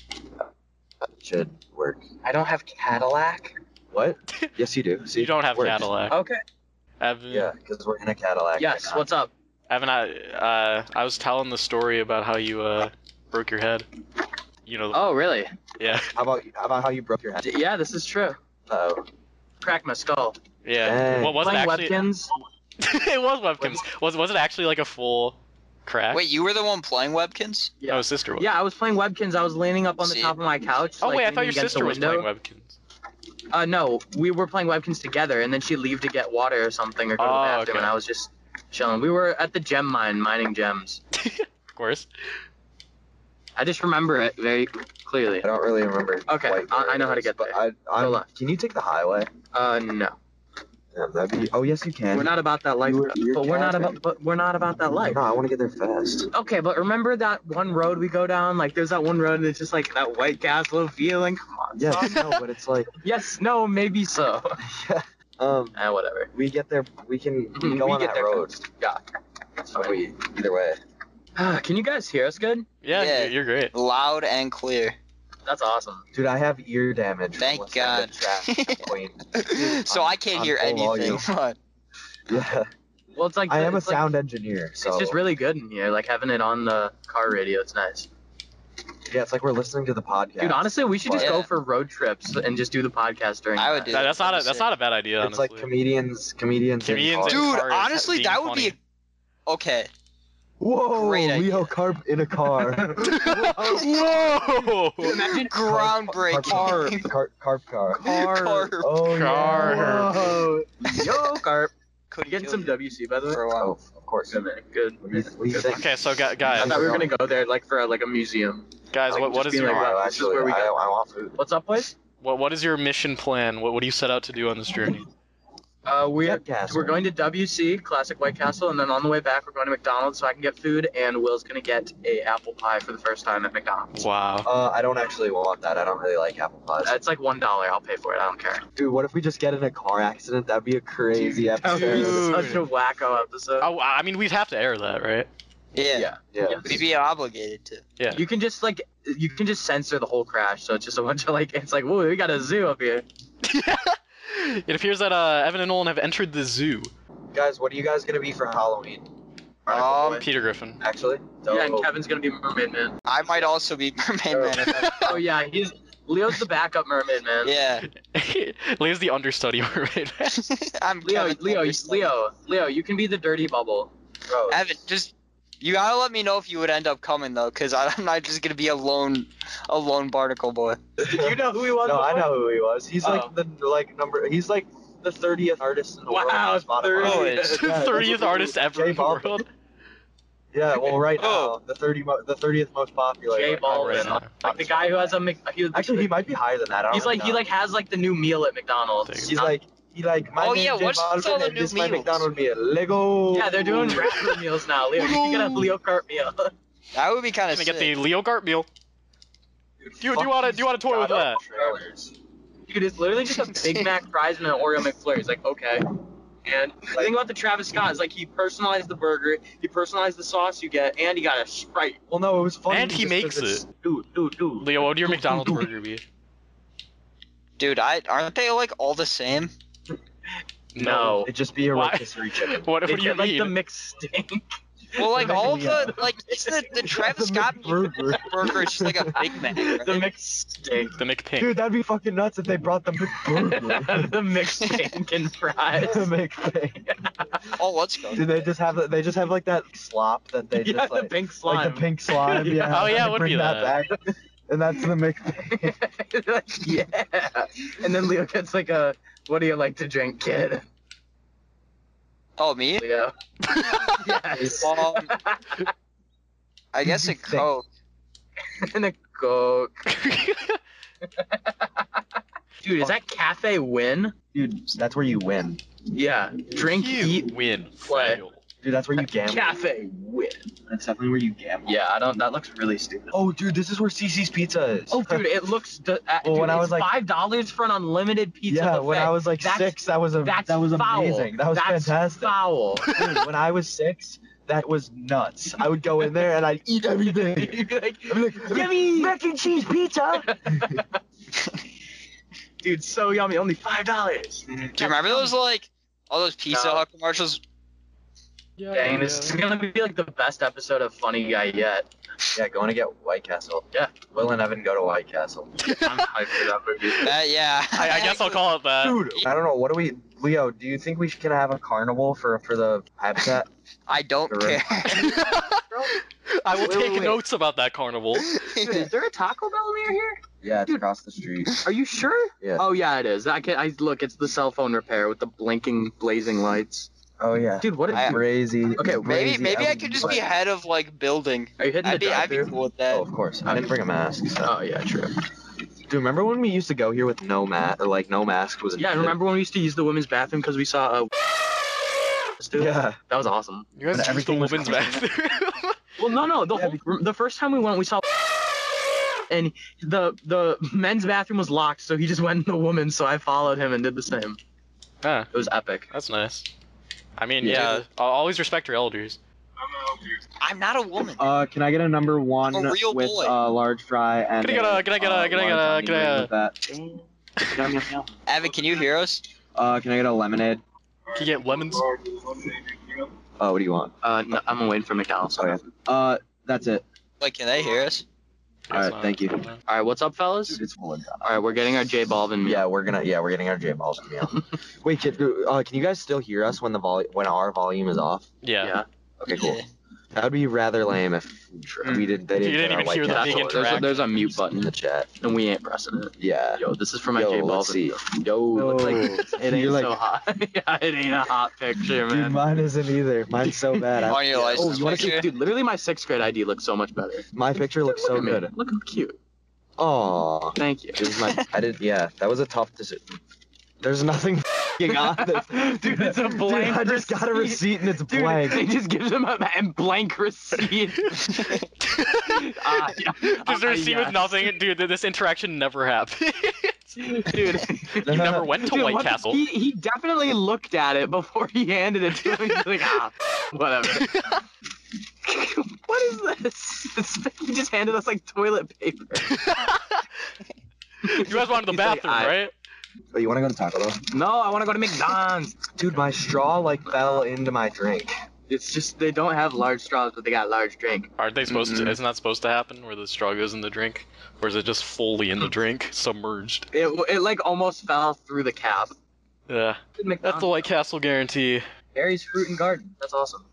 [SPEAKER 6] Should work.
[SPEAKER 2] I don't have Cadillac.
[SPEAKER 6] What? Yes, you do. See,
[SPEAKER 3] you don't have
[SPEAKER 6] works.
[SPEAKER 3] Cadillac
[SPEAKER 6] Okay.
[SPEAKER 2] Oh,
[SPEAKER 3] Evan
[SPEAKER 6] Yeah, because we're in a Cadillac.
[SPEAKER 2] Yes. What's up?
[SPEAKER 3] Evan I uh I was telling the story about how you uh broke your head you know
[SPEAKER 2] Oh, really?
[SPEAKER 3] yeah
[SPEAKER 6] How about how about how you broke your head?
[SPEAKER 2] D- yeah, this is true.
[SPEAKER 6] Oh,
[SPEAKER 2] Crack my skull.
[SPEAKER 3] yeah
[SPEAKER 6] Dang.
[SPEAKER 3] what was it
[SPEAKER 2] Uh, Playing
[SPEAKER 3] actually
[SPEAKER 2] Webkins.
[SPEAKER 3] it was Webkins was was it actually like a full crack.
[SPEAKER 1] Wait, you were the one playing Webkins?
[SPEAKER 2] yeah.
[SPEAKER 3] Oh, sister was.
[SPEAKER 2] Yeah, I was playing Webkins. I was leaning up on the
[SPEAKER 1] See?
[SPEAKER 2] top of my couch.
[SPEAKER 3] Oh
[SPEAKER 2] like,
[SPEAKER 3] wait, I thought
[SPEAKER 2] leaning
[SPEAKER 3] your
[SPEAKER 2] against the
[SPEAKER 3] sister was
[SPEAKER 2] window.
[SPEAKER 3] playing Webkins.
[SPEAKER 2] Uh, no, we were playing Webkins together, and then she leave to get water or something or go to the
[SPEAKER 3] Oh,
[SPEAKER 2] bathroom, and
[SPEAKER 3] okay.
[SPEAKER 2] I was just chilling. We were at the gem mine mining gems.
[SPEAKER 3] Of course.
[SPEAKER 2] I just remember it very clearly.
[SPEAKER 6] I don't really remember.
[SPEAKER 2] Okay,
[SPEAKER 6] quite
[SPEAKER 2] I-
[SPEAKER 6] where
[SPEAKER 2] I know
[SPEAKER 6] it
[SPEAKER 2] how to
[SPEAKER 6] is,
[SPEAKER 2] get
[SPEAKER 6] but
[SPEAKER 2] there.
[SPEAKER 6] I,
[SPEAKER 2] Go
[SPEAKER 6] I'm,
[SPEAKER 2] left.
[SPEAKER 6] can you take the highway?
[SPEAKER 2] Uh, no,
[SPEAKER 6] Yeah, that'd be, oh yes, you can.
[SPEAKER 2] we're not about that life.
[SPEAKER 6] You were- you're
[SPEAKER 2] but we're not
[SPEAKER 6] counting.
[SPEAKER 2] about. But we're not about that life.
[SPEAKER 6] No, I want to get there fast.
[SPEAKER 2] Okay, but remember that one road we go down? Like, there's that one road that's just like that White Castle feeling. Come on. son.
[SPEAKER 6] Yes, no, but it's like,
[SPEAKER 2] Yes. No. Maybe so.
[SPEAKER 6] um,
[SPEAKER 2] Eh, whatever.
[SPEAKER 6] we get there. We can we
[SPEAKER 2] Mhm,
[SPEAKER 6] go
[SPEAKER 2] we
[SPEAKER 6] on
[SPEAKER 2] get
[SPEAKER 6] that
[SPEAKER 2] there
[SPEAKER 6] road.
[SPEAKER 2] Yeah. It's
[SPEAKER 6] But
[SPEAKER 2] fine.
[SPEAKER 6] we either way.
[SPEAKER 2] Can you guys hear us good?
[SPEAKER 3] Yeah,
[SPEAKER 1] Yeah.
[SPEAKER 3] you- you're great.
[SPEAKER 1] Loud and clear.
[SPEAKER 2] That's awesome.
[SPEAKER 6] Dude, I have ear damage. from
[SPEAKER 1] Thank
[SPEAKER 6] listening to
[SPEAKER 1] God.
[SPEAKER 6] Traffic Queen.
[SPEAKER 1] so I can't
[SPEAKER 6] I'm
[SPEAKER 1] hear
[SPEAKER 6] full
[SPEAKER 1] anything. But
[SPEAKER 6] Yeah,
[SPEAKER 2] Well, it's like
[SPEAKER 6] I
[SPEAKER 2] the-
[SPEAKER 6] am a
[SPEAKER 2] it's like-
[SPEAKER 6] sound engineer, so
[SPEAKER 2] It's just really good in here. Like having it on the car radio, it's nice.
[SPEAKER 6] yeah, it's like we're listening to the podcast.
[SPEAKER 2] Dude, honestly, we should just
[SPEAKER 1] Yeah.
[SPEAKER 2] go for road trips and just do the podcast during.
[SPEAKER 1] I would
[SPEAKER 2] that.
[SPEAKER 1] do
[SPEAKER 3] No, that's not a
[SPEAKER 1] Honestly.
[SPEAKER 3] that's not a bad idea.
[SPEAKER 6] it's
[SPEAKER 3] Honestly.
[SPEAKER 6] like comedians, comedians, in
[SPEAKER 3] Comedians
[SPEAKER 6] cars.
[SPEAKER 3] in-
[SPEAKER 1] dude,
[SPEAKER 3] cars
[SPEAKER 1] honestly,
[SPEAKER 3] being
[SPEAKER 1] that would be
[SPEAKER 3] funny.
[SPEAKER 1] a... okay.
[SPEAKER 6] Whoa,
[SPEAKER 1] Great idea.
[SPEAKER 6] Leo Carp in a car.
[SPEAKER 3] Whoa!
[SPEAKER 1] Imagine
[SPEAKER 6] Car,
[SPEAKER 1] groundbreaking.
[SPEAKER 6] car, carp car.
[SPEAKER 2] Car.
[SPEAKER 1] Car.
[SPEAKER 6] Oh
[SPEAKER 3] Car.
[SPEAKER 6] yeah.
[SPEAKER 2] Whoa. Yo, Carp.
[SPEAKER 1] Could
[SPEAKER 2] Getting
[SPEAKER 1] kill
[SPEAKER 2] some
[SPEAKER 1] you
[SPEAKER 2] WC by the way.
[SPEAKER 1] for a while.
[SPEAKER 6] Oh, of course.
[SPEAKER 2] Good man. Good.
[SPEAKER 6] What do you- what do you
[SPEAKER 2] Good.
[SPEAKER 6] think?
[SPEAKER 3] okay, so gu-
[SPEAKER 2] I
[SPEAKER 3] guys,
[SPEAKER 2] thought we were gonna go there like for like a museum.
[SPEAKER 3] guys,
[SPEAKER 2] like,
[SPEAKER 3] what, what
[SPEAKER 2] just
[SPEAKER 3] is
[SPEAKER 2] being
[SPEAKER 3] your
[SPEAKER 2] like,
[SPEAKER 6] Tomorrow,
[SPEAKER 2] wow, this is where we
[SPEAKER 6] actually, I,
[SPEAKER 2] go.
[SPEAKER 6] I want food.
[SPEAKER 2] What's up, boys?
[SPEAKER 3] what what is your mission plan? What what do you set out to do on this journey?
[SPEAKER 2] Uh, we
[SPEAKER 6] White Castle.
[SPEAKER 2] we're going to WC, classic White Castle, and then on the way back we're going to McDonald's so I can get food, and Will's gonna get a apple pie for the first time at McDonald's.
[SPEAKER 3] Wow.
[SPEAKER 6] Uh, I don't actually want that. I don't really like apple pies.
[SPEAKER 2] It's like one dollar. I'll pay for it. I don't care.
[SPEAKER 6] Dude, what if we just get in a car accident? That'd be a crazy
[SPEAKER 2] That would be
[SPEAKER 6] episode.
[SPEAKER 3] Dude.
[SPEAKER 2] such a wacko episode.
[SPEAKER 3] Oh, I mean, we'd have to air that, right?
[SPEAKER 1] Yeah.
[SPEAKER 2] Yeah.
[SPEAKER 6] Yeah.
[SPEAKER 1] We'd be obligated to.
[SPEAKER 3] Yeah.
[SPEAKER 2] You can just like you can just censor the whole crash, so it's just a bunch of like it's like whoa, we got a zoo up here.
[SPEAKER 3] It appears that uh, Evan and Nolan have entered the zoo.
[SPEAKER 6] Guys, what are you guys gonna be for Halloween?
[SPEAKER 1] Um,
[SPEAKER 6] Boy,
[SPEAKER 3] Peter Griffin.
[SPEAKER 6] actually,
[SPEAKER 2] Yeah, and
[SPEAKER 6] Dope.
[SPEAKER 2] Kevin's gonna be mermaid man.
[SPEAKER 1] I might also be Mermaid Man. if I-
[SPEAKER 2] Oh yeah, he's Leo's the backup mermaid man.
[SPEAKER 1] Yeah.
[SPEAKER 3] Leo's the understudy mermaid.
[SPEAKER 1] I'm
[SPEAKER 2] Leo,
[SPEAKER 1] Kevin
[SPEAKER 2] Leo,
[SPEAKER 1] Anderson.
[SPEAKER 2] Leo, Leo, you can be the dirty bubble.
[SPEAKER 6] Bro,
[SPEAKER 1] Evan, just you gotta let me know if you would end up coming though, because I'm not just gonna be a lone, a lone barnacle boy.
[SPEAKER 2] Did you know who he was?
[SPEAKER 6] No, I
[SPEAKER 2] before?
[SPEAKER 6] know who he was. He's
[SPEAKER 2] Oh.
[SPEAKER 6] like the like number. He's like the thirtieth artist in the world.
[SPEAKER 2] Wow,
[SPEAKER 6] on Spotify.
[SPEAKER 2] 30th.
[SPEAKER 3] Oh,
[SPEAKER 6] Oh, Yeah,
[SPEAKER 3] Thirtieth
[SPEAKER 6] that's-
[SPEAKER 3] artist ever in the
[SPEAKER 6] J-Balvin.
[SPEAKER 3] world.
[SPEAKER 6] Yeah, well, right
[SPEAKER 1] Oh.
[SPEAKER 6] now the thirty mo- the thirtieth most popular.
[SPEAKER 2] Jay Baldwin,
[SPEAKER 3] Right now.
[SPEAKER 2] like the guy who has a Mc, he,
[SPEAKER 6] Actually, he might be higher than that. I don't
[SPEAKER 2] he's like he
[SPEAKER 6] know.
[SPEAKER 2] like has like the new meal at McDonald's.
[SPEAKER 6] he's like he like my
[SPEAKER 1] Oh,
[SPEAKER 6] name
[SPEAKER 1] yeah,
[SPEAKER 6] Jay
[SPEAKER 1] what's with all
[SPEAKER 6] Baldwin
[SPEAKER 1] the
[SPEAKER 6] and
[SPEAKER 1] new
[SPEAKER 6] this my
[SPEAKER 1] meals?
[SPEAKER 6] McDonald's meal. Lego.
[SPEAKER 2] yeah, they're doing rapper meals now. Leo, you can get a Leo Kart meal.
[SPEAKER 1] That would be kind of
[SPEAKER 3] Gonna
[SPEAKER 1] sick.
[SPEAKER 3] get the Leo Gart meal. Do you- do you wanna- do you wanna toy with that?
[SPEAKER 2] Dude, it's literally just a Big Mac fries and an Oreo McFlurry. It's like okay. And the thing about the Travis Scott is like he personalized the burger, he personalized the sauce you get, and he got a Sprite.
[SPEAKER 6] Well, no, it was funny.
[SPEAKER 3] And he
[SPEAKER 6] just
[SPEAKER 3] makes
[SPEAKER 6] 'cause it's-
[SPEAKER 2] Dude, dude, dude.
[SPEAKER 3] Leo, what would your McDonald's burger be?
[SPEAKER 1] Dude, I aren't they like all the same?
[SPEAKER 2] No.
[SPEAKER 6] It'd just be a
[SPEAKER 3] Why?
[SPEAKER 6] rotisserie chicken.
[SPEAKER 3] What,
[SPEAKER 2] They
[SPEAKER 3] what do you
[SPEAKER 2] get, like the
[SPEAKER 3] mean?
[SPEAKER 2] mixed stink.
[SPEAKER 1] Well, like all
[SPEAKER 6] Yeah.
[SPEAKER 1] the like it's the the Travis
[SPEAKER 6] The
[SPEAKER 1] Scott
[SPEAKER 6] McBurger.
[SPEAKER 1] burger is just like a Big Mac. right?
[SPEAKER 2] The mixed stink.
[SPEAKER 3] The, McPink.
[SPEAKER 6] Dude, that'd be fucking nuts if they brought the McBurger.
[SPEAKER 2] the mixed stink and fries.
[SPEAKER 6] the McBang.
[SPEAKER 1] Oh, let's go.
[SPEAKER 6] Do they just have they just have like that slop that they
[SPEAKER 2] yeah,
[SPEAKER 6] just
[SPEAKER 2] the
[SPEAKER 6] like,
[SPEAKER 2] pink
[SPEAKER 6] like
[SPEAKER 2] slime.
[SPEAKER 6] the pink slime?
[SPEAKER 2] Yeah.
[SPEAKER 6] yeah.
[SPEAKER 3] Oh, yeah,
[SPEAKER 6] they
[SPEAKER 3] it would
[SPEAKER 6] bring
[SPEAKER 3] be that.
[SPEAKER 6] back, and that's the McBang.
[SPEAKER 2] Like, yeah. And then Leo gets like a, what do you like to drink, kid?
[SPEAKER 1] Oh, me?
[SPEAKER 2] Leo. yes.
[SPEAKER 1] Um, I guess Oh, a
[SPEAKER 6] You
[SPEAKER 1] Coke.
[SPEAKER 6] think.
[SPEAKER 2] and a Coke. Dude, is that Cafe Win?
[SPEAKER 6] Dude, that's where you win.
[SPEAKER 2] Yeah. Drink, eat,
[SPEAKER 3] win,
[SPEAKER 2] play.
[SPEAKER 3] fail.
[SPEAKER 6] Dude, that's where you gamble.
[SPEAKER 2] Cafe Win.
[SPEAKER 6] That's definitely where you gamble.
[SPEAKER 2] Yeah, I don't. That looks really stupid.
[SPEAKER 6] Oh, dude, this is where CC's Pizza is.
[SPEAKER 2] Oh, dude, it looks. d- Uh,
[SPEAKER 6] Well,
[SPEAKER 2] dude,
[SPEAKER 6] when I
[SPEAKER 2] it's
[SPEAKER 6] was, like-
[SPEAKER 2] five dollars for an unlimited pizza
[SPEAKER 6] yeah,
[SPEAKER 2] buffet.
[SPEAKER 6] when I was like
[SPEAKER 2] That's-
[SPEAKER 6] six, that was a
[SPEAKER 2] That's
[SPEAKER 6] that was
[SPEAKER 2] foul.
[SPEAKER 6] amazing. That was
[SPEAKER 2] That's
[SPEAKER 6] fantastic.
[SPEAKER 2] Foul.
[SPEAKER 6] Dude, when I was six, that was nuts. I would go in there and I'd eat everything.
[SPEAKER 2] You're like,
[SPEAKER 6] I'd be like,
[SPEAKER 2] Yummy!
[SPEAKER 6] mac and cheese pizza.
[SPEAKER 2] dude, so yummy. Only five dollars.
[SPEAKER 1] Do you remember those like all those Pizza
[SPEAKER 2] No.
[SPEAKER 1] Hut commercials?
[SPEAKER 2] Dang, this is gonna be like the best episode of Funny Guy yet.
[SPEAKER 6] Yeah, going to get White Castle.
[SPEAKER 2] Yeah.
[SPEAKER 6] Will and Evan go to White Castle.
[SPEAKER 2] I'm hyped for that movie.
[SPEAKER 1] Uh, yeah.
[SPEAKER 3] I, I guess I'll call it
[SPEAKER 1] Uh,
[SPEAKER 3] that.
[SPEAKER 6] Dude, I don't know. What do we, Leo? Do you think we should have a carnival for for the habitat?
[SPEAKER 1] I don't
[SPEAKER 6] Sure.
[SPEAKER 1] care.
[SPEAKER 3] I will
[SPEAKER 5] Wait,
[SPEAKER 3] take
[SPEAKER 5] wait, wait.
[SPEAKER 3] notes about that carnival.
[SPEAKER 5] Dude, is there a Taco Bell near here?
[SPEAKER 6] yeah, it's
[SPEAKER 5] Dude.
[SPEAKER 6] across the street.
[SPEAKER 5] Are you sure?
[SPEAKER 6] Yeah.
[SPEAKER 2] Oh yeah, it is. I can. I look. It's the cell phone repair with the blinking, blazing lights.
[SPEAKER 6] Oh yeah.
[SPEAKER 2] Dude, what?
[SPEAKER 1] I-
[SPEAKER 2] Are
[SPEAKER 6] crazy.
[SPEAKER 2] Okay,
[SPEAKER 1] maybe
[SPEAKER 6] crazy
[SPEAKER 1] maybe I
[SPEAKER 6] Evan.
[SPEAKER 1] could just be head of like building.
[SPEAKER 2] you hitting the
[SPEAKER 1] I'd be I'd be
[SPEAKER 2] drive-thru?
[SPEAKER 1] cool with
[SPEAKER 6] Oh,
[SPEAKER 1] that.
[SPEAKER 6] of course. I didn't bring a mask. So.
[SPEAKER 2] Oh yeah, true.
[SPEAKER 6] Dude, Uh, remember when we used to go here with no mask, or like no masks was? a
[SPEAKER 2] Yeah,
[SPEAKER 6] thing?
[SPEAKER 2] and remember when we used to use the women's bathroom because we saw a. Dude,
[SPEAKER 6] Yeah.
[SPEAKER 2] That was awesome.
[SPEAKER 3] You guys used the
[SPEAKER 6] everything was
[SPEAKER 3] women's bathroom.
[SPEAKER 2] Well, no, no. The
[SPEAKER 6] Yeah,
[SPEAKER 2] whole the first time we went, we saw. And the the men's bathroom was locked, so he just went in the woman's. So I followed him and did the same.
[SPEAKER 3] huh,
[SPEAKER 2] It was epic.
[SPEAKER 3] Ah, that's nice. I mean,
[SPEAKER 6] Yeah.
[SPEAKER 3] yeah, I'll always respect your elders.
[SPEAKER 1] I'm not a woman.
[SPEAKER 6] Oh.
[SPEAKER 5] Uh, can I get a number one
[SPEAKER 1] A real
[SPEAKER 5] with
[SPEAKER 1] boy.
[SPEAKER 5] uh, large fry and?
[SPEAKER 3] Can I get a- can I get a-
[SPEAKER 5] uh,
[SPEAKER 3] can I get a-
[SPEAKER 6] Oh,
[SPEAKER 5] large
[SPEAKER 3] can I
[SPEAKER 5] onion
[SPEAKER 3] get a-
[SPEAKER 5] ring with that?
[SPEAKER 1] Evan, can you hear us?
[SPEAKER 5] Uh, can I get a lemonade?
[SPEAKER 3] Can you get lemons?
[SPEAKER 6] Oh, what do you want?
[SPEAKER 2] Uh, no, I'm waiting for McDonald's.
[SPEAKER 6] Oh, yeah.
[SPEAKER 5] Uh, that's it.
[SPEAKER 1] Like, can they hear us?
[SPEAKER 5] All right,
[SPEAKER 3] It's not-
[SPEAKER 5] thank you.
[SPEAKER 2] All right, what's up, fellas?
[SPEAKER 6] It's Will and Evan.
[SPEAKER 2] All right, we're getting our J Balvin. meal.
[SPEAKER 6] Yeah, we're gonna. Yeah, we're getting our J balls meal. Wait, can, do- uh, can you guys still hear us when the vol when our volume is off?
[SPEAKER 3] Yeah.
[SPEAKER 2] Yeah. Mm.
[SPEAKER 6] Okay, cool.
[SPEAKER 1] Yeah.
[SPEAKER 6] That would be rather lame if we didn't.
[SPEAKER 3] You
[SPEAKER 6] They didn't,
[SPEAKER 3] didn't
[SPEAKER 6] get our
[SPEAKER 3] even
[SPEAKER 6] White
[SPEAKER 3] hear the
[SPEAKER 6] Castle
[SPEAKER 3] big
[SPEAKER 6] order.
[SPEAKER 2] There's a,
[SPEAKER 3] interact.
[SPEAKER 2] there's a mute
[SPEAKER 6] in
[SPEAKER 2] button,
[SPEAKER 6] the chat.
[SPEAKER 2] and we ain't pressing it.
[SPEAKER 6] Yeah.
[SPEAKER 2] Yo, this is from my
[SPEAKER 6] Yo,
[SPEAKER 2] J
[SPEAKER 6] let's
[SPEAKER 2] Balvin.
[SPEAKER 6] see.
[SPEAKER 2] Yo, looks like it ain't
[SPEAKER 6] You're like,
[SPEAKER 2] so hot. yeah, it ain't a hot picture,
[SPEAKER 6] dude,
[SPEAKER 2] man.
[SPEAKER 6] mine isn't either. Mine's so bad. I-
[SPEAKER 1] On your
[SPEAKER 2] Oh,
[SPEAKER 1] license
[SPEAKER 2] you want to see?
[SPEAKER 1] picture?
[SPEAKER 2] Dude, literally, my sixth grade ID looks so much better.
[SPEAKER 6] my picture looks so
[SPEAKER 2] Look at me.
[SPEAKER 6] good.
[SPEAKER 2] Look how cute.
[SPEAKER 6] Oh,
[SPEAKER 2] Thank you.
[SPEAKER 6] this is my. I didn't. Yeah, that was a tough decision. There's nothing f***ing on this.
[SPEAKER 2] Dude, it's a
[SPEAKER 6] Dude,
[SPEAKER 2] blank.
[SPEAKER 6] I just got a receipt and it's
[SPEAKER 2] Dude,
[SPEAKER 6] blank.
[SPEAKER 2] they just give them a and blank receipt. uh, yeah.
[SPEAKER 3] Does there
[SPEAKER 2] Uh,
[SPEAKER 3] see
[SPEAKER 2] yes.
[SPEAKER 3] with nothing, dude? This interaction never happened.
[SPEAKER 2] Dude,
[SPEAKER 3] you never went to
[SPEAKER 2] Dude,
[SPEAKER 3] White
[SPEAKER 2] what the-
[SPEAKER 3] Castle.
[SPEAKER 2] He, he definitely looked at it before he handed it to him. He's like, ah, whatever. what is this? It's- he just handed us like toilet paper.
[SPEAKER 3] You guys wanted the
[SPEAKER 2] He's like,
[SPEAKER 3] bathroom,
[SPEAKER 2] "I-
[SPEAKER 3] right?
[SPEAKER 6] Oh, you want to go to Taco Bell?
[SPEAKER 2] No, I want to go to McDonald's.
[SPEAKER 6] Dude, my straw like fell into my drink.
[SPEAKER 2] It's just they don't have large straws, but they got large drink.
[SPEAKER 3] Aren't they supposed
[SPEAKER 2] Mhm.
[SPEAKER 3] to? Isn't that supposed to happen where the straw goes in the drink, or is it just fully in the drink, submerged?
[SPEAKER 2] It, it like almost fell through the cap.
[SPEAKER 3] Yeah, that's the White Castle guarantee.
[SPEAKER 2] Harry's Fruit and Garden. That's awesome.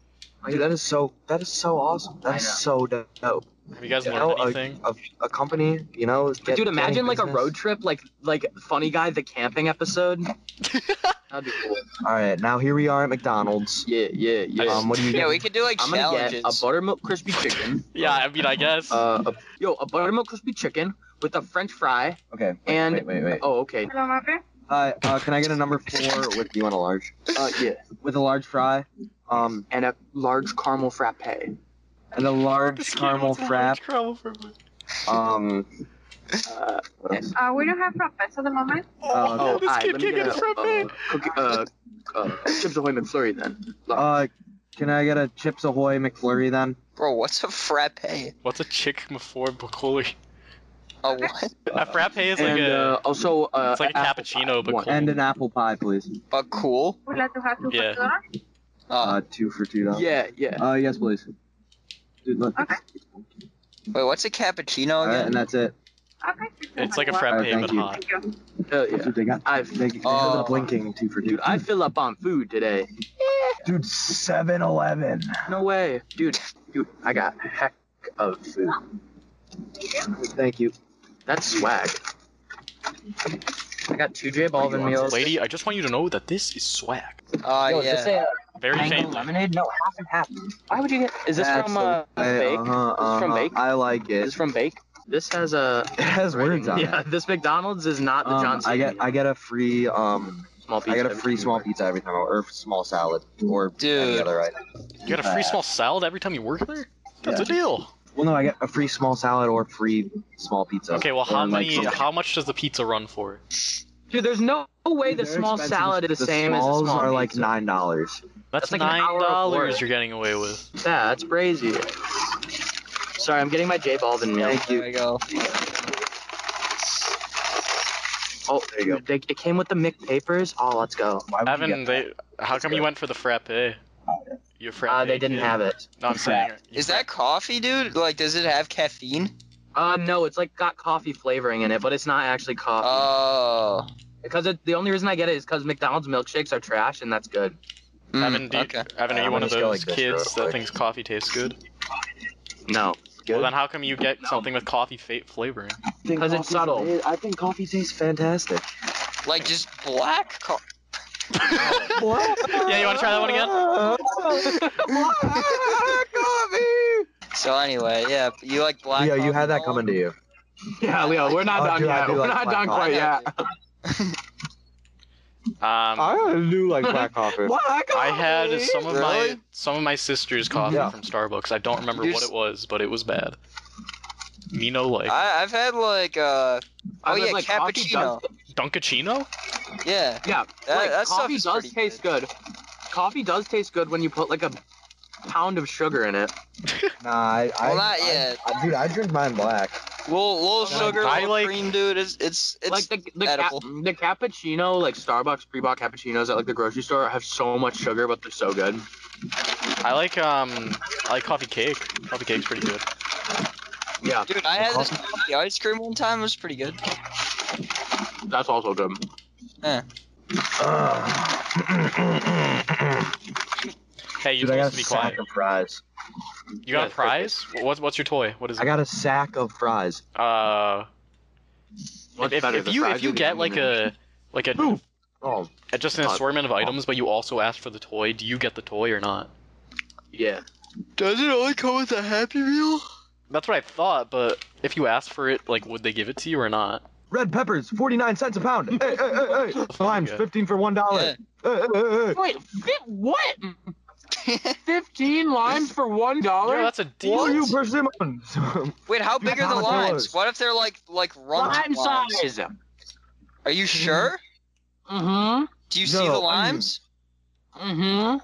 [SPEAKER 6] Dude, that is so. That is so awesome. That is
[SPEAKER 2] I know.
[SPEAKER 6] so dope.
[SPEAKER 3] Have you guys
[SPEAKER 6] You
[SPEAKER 3] learned
[SPEAKER 6] know, a-
[SPEAKER 3] anything?
[SPEAKER 6] A, a company, you know. Get,
[SPEAKER 2] Dude, imagine
[SPEAKER 6] getting
[SPEAKER 2] like a
[SPEAKER 6] business.
[SPEAKER 2] road trip, like like Funny Guy the camping episode. That'd be cool.
[SPEAKER 6] All right, now here we are at McDonald's.
[SPEAKER 2] Yeah, yeah, yeah.
[SPEAKER 3] I-
[SPEAKER 6] Um, what do you?
[SPEAKER 1] Yeah, we could do like
[SPEAKER 2] I'm gonna
[SPEAKER 1] challenges.
[SPEAKER 2] get a buttermilk crispy chicken.
[SPEAKER 3] yeah, I mean, I guess.
[SPEAKER 2] Uh, a, yo, a buttermilk crispy chicken with a French fry.
[SPEAKER 6] Okay. Wait,
[SPEAKER 2] and-
[SPEAKER 6] wait, wait, wait.
[SPEAKER 2] Oh, okay.
[SPEAKER 6] Hi, uh, can I get a number four with? Do you want a large?
[SPEAKER 2] Uh, yeah.
[SPEAKER 6] With a large fry, um,
[SPEAKER 2] And a large caramel frappe.
[SPEAKER 6] and a large caramel frap,
[SPEAKER 3] Caramel frap.
[SPEAKER 6] um.
[SPEAKER 2] Uh,
[SPEAKER 6] what else?
[SPEAKER 7] Uh, we don't have frappes at the moment.
[SPEAKER 2] oh,
[SPEAKER 3] Oh, this
[SPEAKER 2] aye,
[SPEAKER 3] kid
[SPEAKER 2] let me
[SPEAKER 3] can't get
[SPEAKER 2] get
[SPEAKER 3] his
[SPEAKER 2] a,
[SPEAKER 3] frappe.
[SPEAKER 2] uh, cookie, uh, uh, Chips Ahoy McFlurry then.
[SPEAKER 6] Uh, can I get a Chips Ahoy McFlurry then?
[SPEAKER 1] Bro, what's a frappe?
[SPEAKER 3] What's a chick before Bacoli?
[SPEAKER 1] A what?
[SPEAKER 3] A frappe is like
[SPEAKER 2] Uh, and
[SPEAKER 3] a.
[SPEAKER 2] uh, also uh,
[SPEAKER 3] It's like a
[SPEAKER 2] apple
[SPEAKER 3] cappuccino,
[SPEAKER 2] pie.
[SPEAKER 3] but
[SPEAKER 2] One.
[SPEAKER 3] cool.
[SPEAKER 6] And an apple pie, please.
[SPEAKER 1] A cool?
[SPEAKER 7] Would like to have two
[SPEAKER 3] Yeah.
[SPEAKER 7] for dinner.
[SPEAKER 1] Uh,
[SPEAKER 6] Uh, two for two dollars.
[SPEAKER 2] Yeah, yeah.
[SPEAKER 6] Uh, yes, please. Dude, look.
[SPEAKER 7] Okay.
[SPEAKER 1] wait, what's a cappuccino
[SPEAKER 6] Alright,
[SPEAKER 1] again?
[SPEAKER 6] and that's it.
[SPEAKER 7] Okay.
[SPEAKER 3] It's like a
[SPEAKER 7] Well,
[SPEAKER 3] frappe,
[SPEAKER 6] thank
[SPEAKER 3] but
[SPEAKER 6] you.
[SPEAKER 3] hot.
[SPEAKER 7] Thank you.
[SPEAKER 2] Hell yeah.
[SPEAKER 6] Dude, they got.
[SPEAKER 2] I've
[SPEAKER 6] They, they
[SPEAKER 1] Oh.
[SPEAKER 6] had the blinking two for two.
[SPEAKER 2] dude, I fill up on food today.
[SPEAKER 6] Dude, 7 Eleven.
[SPEAKER 2] No way, dude. Dude, I got a heck of food.
[SPEAKER 6] Thank you.
[SPEAKER 2] That's swag. I got two J Balvin meals.
[SPEAKER 3] Lady, I just want you to know that this is swag.
[SPEAKER 1] Uh, yeah.
[SPEAKER 3] Very faintly.
[SPEAKER 2] lemonade? No, half and half. Why would you get? Is this
[SPEAKER 6] That's
[SPEAKER 2] from uh,
[SPEAKER 6] Hey,
[SPEAKER 2] Bake?
[SPEAKER 6] Uh-huh,
[SPEAKER 2] It's from
[SPEAKER 6] uh-huh.
[SPEAKER 2] Bake?
[SPEAKER 6] I like
[SPEAKER 2] Is
[SPEAKER 6] it.
[SPEAKER 2] this from Bake? This has a.
[SPEAKER 6] It has words on
[SPEAKER 2] Yeah,
[SPEAKER 6] it.
[SPEAKER 2] this McDonald's is not the
[SPEAKER 6] Um,
[SPEAKER 2] Johnson.
[SPEAKER 6] I get I get a free um
[SPEAKER 2] small
[SPEAKER 6] I
[SPEAKER 2] pizza.
[SPEAKER 6] get a free small pizza every time or a small salad or any
[SPEAKER 1] Dude.
[SPEAKER 6] other item.
[SPEAKER 3] You got a free small salad every time you work there? That's a deal.
[SPEAKER 6] Well, no, I get a free small salad or free small pizza.
[SPEAKER 3] Okay, well,
[SPEAKER 6] Or,
[SPEAKER 3] how
[SPEAKER 6] like,
[SPEAKER 3] many?
[SPEAKER 6] some-
[SPEAKER 3] How much does the pizza run for?
[SPEAKER 2] Dude, there's no way the
[SPEAKER 6] They're
[SPEAKER 2] small
[SPEAKER 6] expensive.
[SPEAKER 2] salad is the, same as the
[SPEAKER 6] smalls
[SPEAKER 2] small
[SPEAKER 6] are like
[SPEAKER 2] pizza.
[SPEAKER 6] nine dollars.
[SPEAKER 3] That's,
[SPEAKER 2] That's like an hour
[SPEAKER 3] nine
[SPEAKER 2] of
[SPEAKER 3] dollars
[SPEAKER 2] work.
[SPEAKER 3] you're getting away with.
[SPEAKER 2] Yeah, that's crazy. Sorry, I'm getting my J Balvin meal.
[SPEAKER 6] Thank
[SPEAKER 1] There
[SPEAKER 6] you.
[SPEAKER 1] we go.
[SPEAKER 2] Oh,
[SPEAKER 6] There you go.
[SPEAKER 2] They, it came with the Mick papers. Oh, let's go.
[SPEAKER 6] Why would you
[SPEAKER 3] Evan,
[SPEAKER 6] get that? Uh,
[SPEAKER 3] they, how come you went for the frappe? Your friend.
[SPEAKER 2] Uh, they didn't
[SPEAKER 3] kid.
[SPEAKER 2] have it.
[SPEAKER 3] No, I'm saying.
[SPEAKER 1] Is that coffee, dude? Like, does it have caffeine?
[SPEAKER 2] Uh, no, it's like got coffee flavoring in it, but it's not actually coffee.
[SPEAKER 1] Oh.
[SPEAKER 2] Because it, the only reason I get it is because McDonald's milkshakes are trash, and that's good.
[SPEAKER 1] Mm,
[SPEAKER 3] Evan, do you,
[SPEAKER 1] okay.
[SPEAKER 3] Evan, are
[SPEAKER 6] Uh,
[SPEAKER 3] you
[SPEAKER 6] I'm
[SPEAKER 3] one of
[SPEAKER 6] just gonna
[SPEAKER 3] those
[SPEAKER 6] like this real
[SPEAKER 3] kids that
[SPEAKER 6] quick.
[SPEAKER 3] thinks coffee tastes good?
[SPEAKER 2] No.
[SPEAKER 3] Well,
[SPEAKER 6] Good.
[SPEAKER 3] then how come you get something with coffee fa- flavoring?
[SPEAKER 6] think
[SPEAKER 2] 'Cause it's
[SPEAKER 6] coffee-
[SPEAKER 2] subtle.
[SPEAKER 6] I think coffee tastes fantastic.
[SPEAKER 1] Like just black coffee.
[SPEAKER 3] Yeah, you wanna try that one again?
[SPEAKER 1] So anyway, yeah, you like black.
[SPEAKER 6] Leo, you
[SPEAKER 1] coffee,
[SPEAKER 6] had that
[SPEAKER 1] Nolan?
[SPEAKER 6] coming to you.
[SPEAKER 2] Yeah, Leo, we're not
[SPEAKER 6] Oh,
[SPEAKER 2] done
[SPEAKER 6] dude, I
[SPEAKER 2] yet.
[SPEAKER 6] do
[SPEAKER 2] We're
[SPEAKER 6] like
[SPEAKER 2] not done
[SPEAKER 6] black coffee.
[SPEAKER 2] quite yet.
[SPEAKER 3] Um,
[SPEAKER 6] I do like black coffee.
[SPEAKER 3] I had some of my
[SPEAKER 1] Really?
[SPEAKER 3] some of my sister's coffee
[SPEAKER 6] Yeah.
[SPEAKER 3] from Starbucks. I don't remember
[SPEAKER 1] You're
[SPEAKER 3] what
[SPEAKER 1] s-
[SPEAKER 3] it was, but it was bad. Me no like
[SPEAKER 1] I, I've had like uh oh
[SPEAKER 2] I've had,
[SPEAKER 1] yeah
[SPEAKER 2] like, coffee
[SPEAKER 1] cappuccino
[SPEAKER 3] Dunkachino.
[SPEAKER 1] yeah
[SPEAKER 2] Yeah,
[SPEAKER 1] that,
[SPEAKER 2] like,
[SPEAKER 1] that stuff
[SPEAKER 2] coffee
[SPEAKER 1] is
[SPEAKER 2] does
[SPEAKER 1] pretty
[SPEAKER 2] taste good. Coffee does taste good when you put like a pound of sugar in it.
[SPEAKER 6] Nah, I, I,
[SPEAKER 1] Well, not
[SPEAKER 6] I-
[SPEAKER 1] yet.
[SPEAKER 6] I- dude, I drink mine black.
[SPEAKER 1] Little, little
[SPEAKER 2] Yeah.
[SPEAKER 1] sugar,
[SPEAKER 3] I
[SPEAKER 1] little
[SPEAKER 3] like-
[SPEAKER 1] cream, dude. It's it's it's
[SPEAKER 2] like the the, cap-
[SPEAKER 1] edible.
[SPEAKER 2] the cappuccino, like Starbucks pre-bought cappuccinos at like the grocery store have so much sugar, but they're so good.
[SPEAKER 3] I like um I like coffee cake. Coffee cake's pretty good.
[SPEAKER 2] Yeah,
[SPEAKER 1] dude. I had this coffee ice cream one time. It was pretty good.
[SPEAKER 2] that's also good.
[SPEAKER 3] Hey, you're
[SPEAKER 6] Dude, I
[SPEAKER 3] supposed
[SPEAKER 6] got a
[SPEAKER 3] to be
[SPEAKER 6] sack
[SPEAKER 3] quiet.
[SPEAKER 6] of fries.
[SPEAKER 3] You got
[SPEAKER 2] Yeah,
[SPEAKER 3] a prize? What's what's your toy? What is
[SPEAKER 6] I
[SPEAKER 3] it?
[SPEAKER 6] got a sack of fries.
[SPEAKER 3] Uh,
[SPEAKER 2] Much
[SPEAKER 3] if,
[SPEAKER 2] better
[SPEAKER 3] if
[SPEAKER 2] than
[SPEAKER 3] you
[SPEAKER 2] fries
[SPEAKER 3] if you
[SPEAKER 2] would be, I
[SPEAKER 3] get
[SPEAKER 2] mean,
[SPEAKER 3] like a like a
[SPEAKER 6] Ooh. Oh,
[SPEAKER 3] uh, just an
[SPEAKER 2] God.
[SPEAKER 3] assortment of items, but you also ask for the toy, do you get the toy or not?
[SPEAKER 2] yeah.
[SPEAKER 1] Does it only come with a Happy Meal?
[SPEAKER 3] That's what I thought, but if you ask for it, like, would they give it to you or not?
[SPEAKER 6] red peppers, 49 cents a pound. hey, hey, hey, hey. Limes,
[SPEAKER 3] Yeah.
[SPEAKER 6] 15 for $1.
[SPEAKER 1] Yeah.
[SPEAKER 6] Hey, hey, hey, hey.
[SPEAKER 2] Wait, fi- what? Fifteen limes for one
[SPEAKER 3] Yeah,
[SPEAKER 2] dollar?
[SPEAKER 3] that's a deal.
[SPEAKER 6] What are you persimmons?
[SPEAKER 1] Wait, how big are the
[SPEAKER 6] Five
[SPEAKER 1] limes?
[SPEAKER 6] dollars.
[SPEAKER 1] What if they're like like runt
[SPEAKER 2] Lime
[SPEAKER 1] limes?
[SPEAKER 2] size.
[SPEAKER 1] Are you sure?
[SPEAKER 2] Mm-hmm.
[SPEAKER 1] Do you see
[SPEAKER 6] No,
[SPEAKER 1] the
[SPEAKER 6] onion.
[SPEAKER 1] limes?
[SPEAKER 2] Mm-hmm.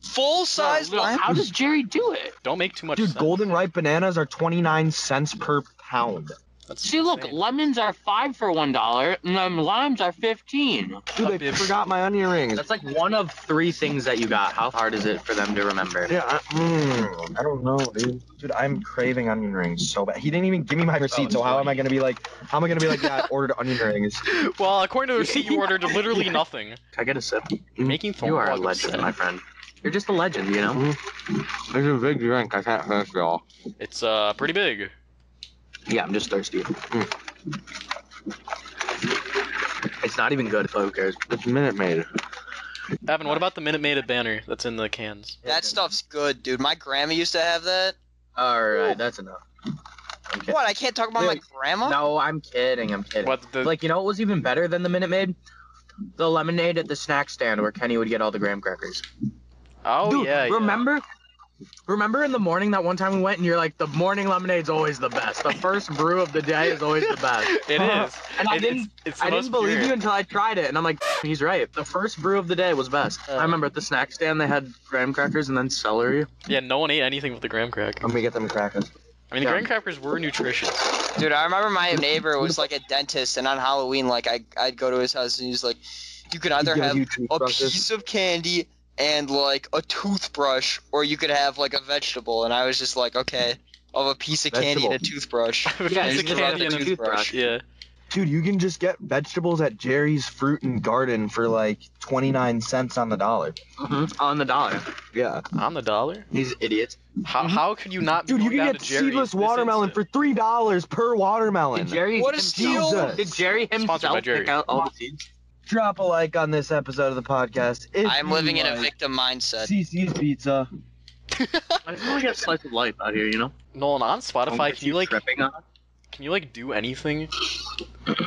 [SPEAKER 1] Full size lime.
[SPEAKER 2] How does Jerry do it?
[SPEAKER 3] Don't make too much
[SPEAKER 6] Dude,
[SPEAKER 3] sense.
[SPEAKER 6] golden ripe bananas are 29 cents per pound.
[SPEAKER 3] That's
[SPEAKER 2] See, look,
[SPEAKER 3] insane.
[SPEAKER 2] lemons are five for one dollar, and then limes are fifteen.
[SPEAKER 6] Dude, they
[SPEAKER 3] Bibs.
[SPEAKER 6] forgot my onion rings.
[SPEAKER 2] That's like one of three things that you got. How hard is it for them to remember?
[SPEAKER 6] Yeah, I, mm, I don't know, dude. Dude, I'm craving onion rings so bad. He didn't even give me my receipt, so how am I gonna be like? How am I gonna be like? Yeah, I ordered onion rings.
[SPEAKER 3] Well, according to the receipt, you ordered literally nothing.
[SPEAKER 2] Can I get a sip?
[SPEAKER 3] You're making Thorn
[SPEAKER 2] You are a
[SPEAKER 3] Log
[SPEAKER 2] legend,
[SPEAKER 3] upset.
[SPEAKER 2] my friend. You're just a legend, you know.
[SPEAKER 6] It's a big drink. I can't finish it all.
[SPEAKER 3] It's uh pretty big.
[SPEAKER 2] Yeah, I'm just thirsty. Mm. It's not even good, folks.
[SPEAKER 6] It's Minute Maid.
[SPEAKER 3] Evan, what about the Minute Maid banner that's in the cans?
[SPEAKER 1] That stuff's good, dude. My grandma used to have that.
[SPEAKER 2] All right, that's enough. Okay.
[SPEAKER 1] What? I can't talk about my
[SPEAKER 2] Wait,
[SPEAKER 1] grandma.
[SPEAKER 2] No, I'm kidding. I'm kidding.
[SPEAKER 3] What the?
[SPEAKER 2] Like, you know what was even better than the Minute Maid? The lemonade at the snack stand where Kenny would get all the graham crackers.
[SPEAKER 3] oh
[SPEAKER 2] Dude,
[SPEAKER 3] yeah. yeah.
[SPEAKER 2] remember? Remember in the morning that one time we went and you're like, the morning lemonade's always the best. The first brew of the day is always the best.
[SPEAKER 3] It is.
[SPEAKER 2] And I
[SPEAKER 3] It-
[SPEAKER 2] didn't,
[SPEAKER 3] It's, it's the
[SPEAKER 2] I
[SPEAKER 3] most
[SPEAKER 2] didn't believe
[SPEAKER 3] pure.
[SPEAKER 2] you until I tried it, and I'm like, he's right. The first brew of the day was best.
[SPEAKER 3] Uh.
[SPEAKER 2] I remember at the snack stand they had graham crackers and then celery.
[SPEAKER 3] Yeah, no one ate anything with the graham cracker.
[SPEAKER 6] Let me get them crackers.
[SPEAKER 3] I mean, the
[SPEAKER 2] Um, Yeah.
[SPEAKER 3] graham crackers were nutritious.
[SPEAKER 1] Dude, I remember my neighbor was like a dentist, and on Halloween, like I, I'd go to his house, and he's like, "You could either
[SPEAKER 6] Give
[SPEAKER 1] have
[SPEAKER 6] you
[SPEAKER 1] a
[SPEAKER 6] toothbrushes.
[SPEAKER 1] piece of candy and like a toothbrush, or you could have like a vegetable." And I was just like, "Okay, of a piece of candy and a toothbrush."
[SPEAKER 2] Yeah,
[SPEAKER 1] Piece
[SPEAKER 3] It's
[SPEAKER 2] you
[SPEAKER 3] a
[SPEAKER 1] of
[SPEAKER 2] can
[SPEAKER 3] candy
[SPEAKER 2] have
[SPEAKER 3] and
[SPEAKER 2] a
[SPEAKER 3] a
[SPEAKER 2] toothbrush.
[SPEAKER 3] Yeah.
[SPEAKER 6] Dude, you can just get vegetables at Jerry's Fruit and Garden for like 29 cents on the dollar.
[SPEAKER 2] Mhm, On the dollar.
[SPEAKER 6] Yeah.
[SPEAKER 3] On the dollar?
[SPEAKER 2] These idiots.
[SPEAKER 3] How,
[SPEAKER 2] Mhm.
[SPEAKER 3] how could you not be
[SPEAKER 6] Dude, you
[SPEAKER 3] going
[SPEAKER 6] can
[SPEAKER 3] down
[SPEAKER 6] get
[SPEAKER 3] to Jerry's
[SPEAKER 6] seedless
[SPEAKER 3] this
[SPEAKER 6] watermelon
[SPEAKER 3] instant?
[SPEAKER 6] for three dollars per watermelon.
[SPEAKER 2] Did Jerry
[SPEAKER 1] What a
[SPEAKER 2] himself,
[SPEAKER 6] steal!
[SPEAKER 2] Did Jerry
[SPEAKER 3] Sponsored by
[SPEAKER 2] himself
[SPEAKER 3] Jerry.
[SPEAKER 2] pick out all the seeds?
[SPEAKER 6] Drop a like on this episode of the podcast. If
[SPEAKER 1] I'm
[SPEAKER 6] you
[SPEAKER 1] living in a
[SPEAKER 6] like
[SPEAKER 1] victim mindset.
[SPEAKER 6] CC's Pizza.
[SPEAKER 2] I just want to get a slice of life out here, you know?
[SPEAKER 3] Nolan on Spotify.
[SPEAKER 2] Don't
[SPEAKER 3] Can you
[SPEAKER 2] keep
[SPEAKER 3] like
[SPEAKER 2] tripping on it.
[SPEAKER 3] can you like do anything?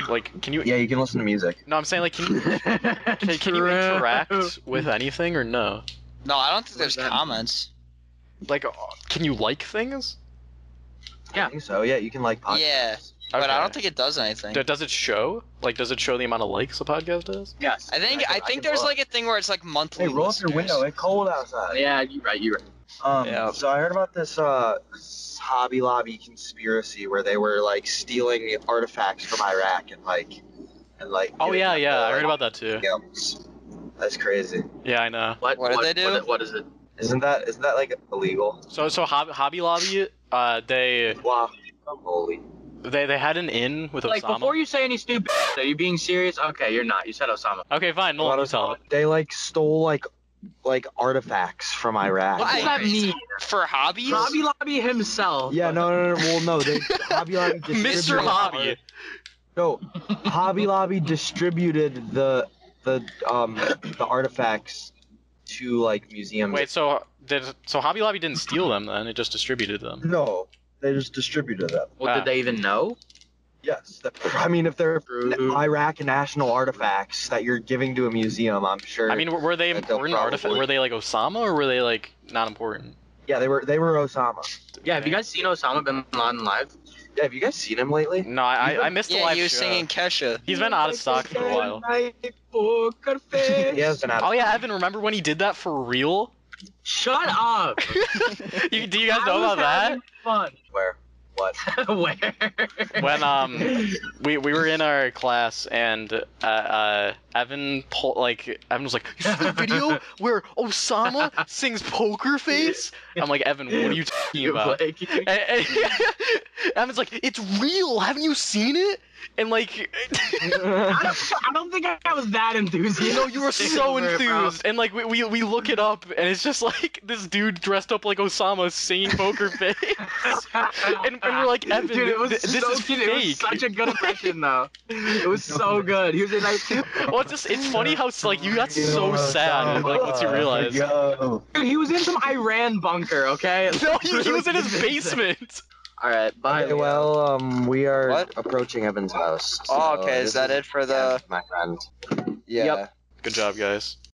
[SPEAKER 3] Like can you?
[SPEAKER 6] Yeah, you can listen to music.
[SPEAKER 3] No, I'm saying like can you can, can you interact with anything or no?
[SPEAKER 1] No, I don't think
[SPEAKER 2] What
[SPEAKER 1] there's
[SPEAKER 2] does that mean?
[SPEAKER 1] comments.
[SPEAKER 3] Like uh, can you like things?
[SPEAKER 2] Yeah.
[SPEAKER 6] I think so. Yeah, you can like podcasts.
[SPEAKER 1] Yeah, but I don't think it does anything.
[SPEAKER 3] Do- Does it show? Like, does it show the amount of likes the podcast does?
[SPEAKER 2] Yes.
[SPEAKER 1] I think I think
[SPEAKER 2] can
[SPEAKER 1] there's
[SPEAKER 2] roll
[SPEAKER 1] like a thing where it's like monthly.
[SPEAKER 6] Hey, roll up your
[SPEAKER 1] listeners.
[SPEAKER 6] window. eh? It's cold
[SPEAKER 2] it.
[SPEAKER 6] outside.
[SPEAKER 2] Yeah, you're right, you're right.
[SPEAKER 6] Um,
[SPEAKER 1] Yeah.
[SPEAKER 6] So I heard about this uh, Hobby Lobby conspiracy where they were like stealing artifacts from Iraq and like and like.
[SPEAKER 3] Oh
[SPEAKER 6] giving
[SPEAKER 3] yeah,
[SPEAKER 6] them
[SPEAKER 3] yeah.
[SPEAKER 6] to,
[SPEAKER 3] I heard
[SPEAKER 6] like,
[SPEAKER 3] about that too.
[SPEAKER 6] scouts. That's crazy.
[SPEAKER 3] Yeah, I know.
[SPEAKER 2] What,
[SPEAKER 1] What did they do?
[SPEAKER 2] What, what is it?
[SPEAKER 6] Isn't that isn't that like illegal?
[SPEAKER 3] So so Hob- Hobby Lobby, uh, they
[SPEAKER 6] Wow. Holy.
[SPEAKER 3] they they had an in with
[SPEAKER 2] Like
[SPEAKER 3] Osama.
[SPEAKER 2] before you say any stupid, shit, are you being serious? Okay, you're not. You said Osama.
[SPEAKER 3] okay, fine. Nolan, you tell it.
[SPEAKER 6] They like stole like like artifacts from Iraq.
[SPEAKER 1] What?
[SPEAKER 2] What does that mean?
[SPEAKER 1] For hobbies?
[SPEAKER 2] Hobby Lobby himself.
[SPEAKER 6] Yeah, no, no, no, no. Well, no, they Hobby Lobby
[SPEAKER 3] Mr.
[SPEAKER 6] distributed-
[SPEAKER 3] Hobby.
[SPEAKER 6] No, Hobby Lobby distributed the the um the artifacts to like museums.
[SPEAKER 3] Wait, so did so Hobby Lobby didn't steal them then? It just distributed them.
[SPEAKER 6] No, they just distributed them.
[SPEAKER 2] Well,
[SPEAKER 3] Ah.
[SPEAKER 2] did they even know?
[SPEAKER 6] Yes, that, I mean if they're
[SPEAKER 2] True.
[SPEAKER 6] Iraq national artifacts that you're giving to a museum, I'm sure.
[SPEAKER 3] I mean, were- were they
[SPEAKER 6] That they'll
[SPEAKER 3] important artifacts?
[SPEAKER 6] probably-
[SPEAKER 3] Were they like Osama or were they like not important?
[SPEAKER 6] yeah, they were they were Osama.
[SPEAKER 2] Yeah. Have you guys seen Osama bin Laden live?
[SPEAKER 6] Yeah, have you guys seen him lately?
[SPEAKER 3] No, I I, I missed the
[SPEAKER 1] Yeah,
[SPEAKER 3] live
[SPEAKER 1] he was
[SPEAKER 3] show.
[SPEAKER 1] singing Kesha.
[SPEAKER 3] He's been out of stock for a while.
[SPEAKER 6] He has been out.
[SPEAKER 3] Oh yeah, Evan, remember when he did that for real?
[SPEAKER 2] Shut up.
[SPEAKER 3] You, do you guys
[SPEAKER 2] I
[SPEAKER 3] know
[SPEAKER 2] was
[SPEAKER 3] about that?
[SPEAKER 2] having Fun.
[SPEAKER 6] Where? What?
[SPEAKER 2] Where?
[SPEAKER 3] when um we we were in our class and uh, uh Evan pulled like Evan was like you see the video where Osama sings Poker Face. I'm like Evan, what are you talking about?
[SPEAKER 2] Like,
[SPEAKER 3] And, and Evan's like it's real. Haven't you seen it? And like
[SPEAKER 2] I don't, I don't think I was that enthusiastic.
[SPEAKER 3] you know you were
[SPEAKER 2] over
[SPEAKER 3] so
[SPEAKER 2] it, bro.
[SPEAKER 3] enthused and like we, we we look it up and it's just like this dude dressed up like Osama singing Poker Face. And, and we're like Evan,
[SPEAKER 2] Dude, it was
[SPEAKER 3] th- this
[SPEAKER 2] so
[SPEAKER 3] is
[SPEAKER 2] cute.
[SPEAKER 3] fake.
[SPEAKER 2] It was such a good impression, though. It was so good. He was a nice dude.
[SPEAKER 3] well, it's just it's funny how like you got so sad like once you realized. No,
[SPEAKER 6] Yo.
[SPEAKER 2] He was in some Iran bunker, okay?
[SPEAKER 3] he, he was in his basement.
[SPEAKER 2] All right, bye.
[SPEAKER 6] Okay, well, um, we are
[SPEAKER 1] What?
[SPEAKER 6] approaching Evan's house.
[SPEAKER 1] Oh,
[SPEAKER 6] so
[SPEAKER 1] okay. Is
[SPEAKER 6] this
[SPEAKER 1] that it for
[SPEAKER 6] Yeah,
[SPEAKER 1] the?
[SPEAKER 6] my friend.
[SPEAKER 1] Yeah.
[SPEAKER 3] Good job, guys.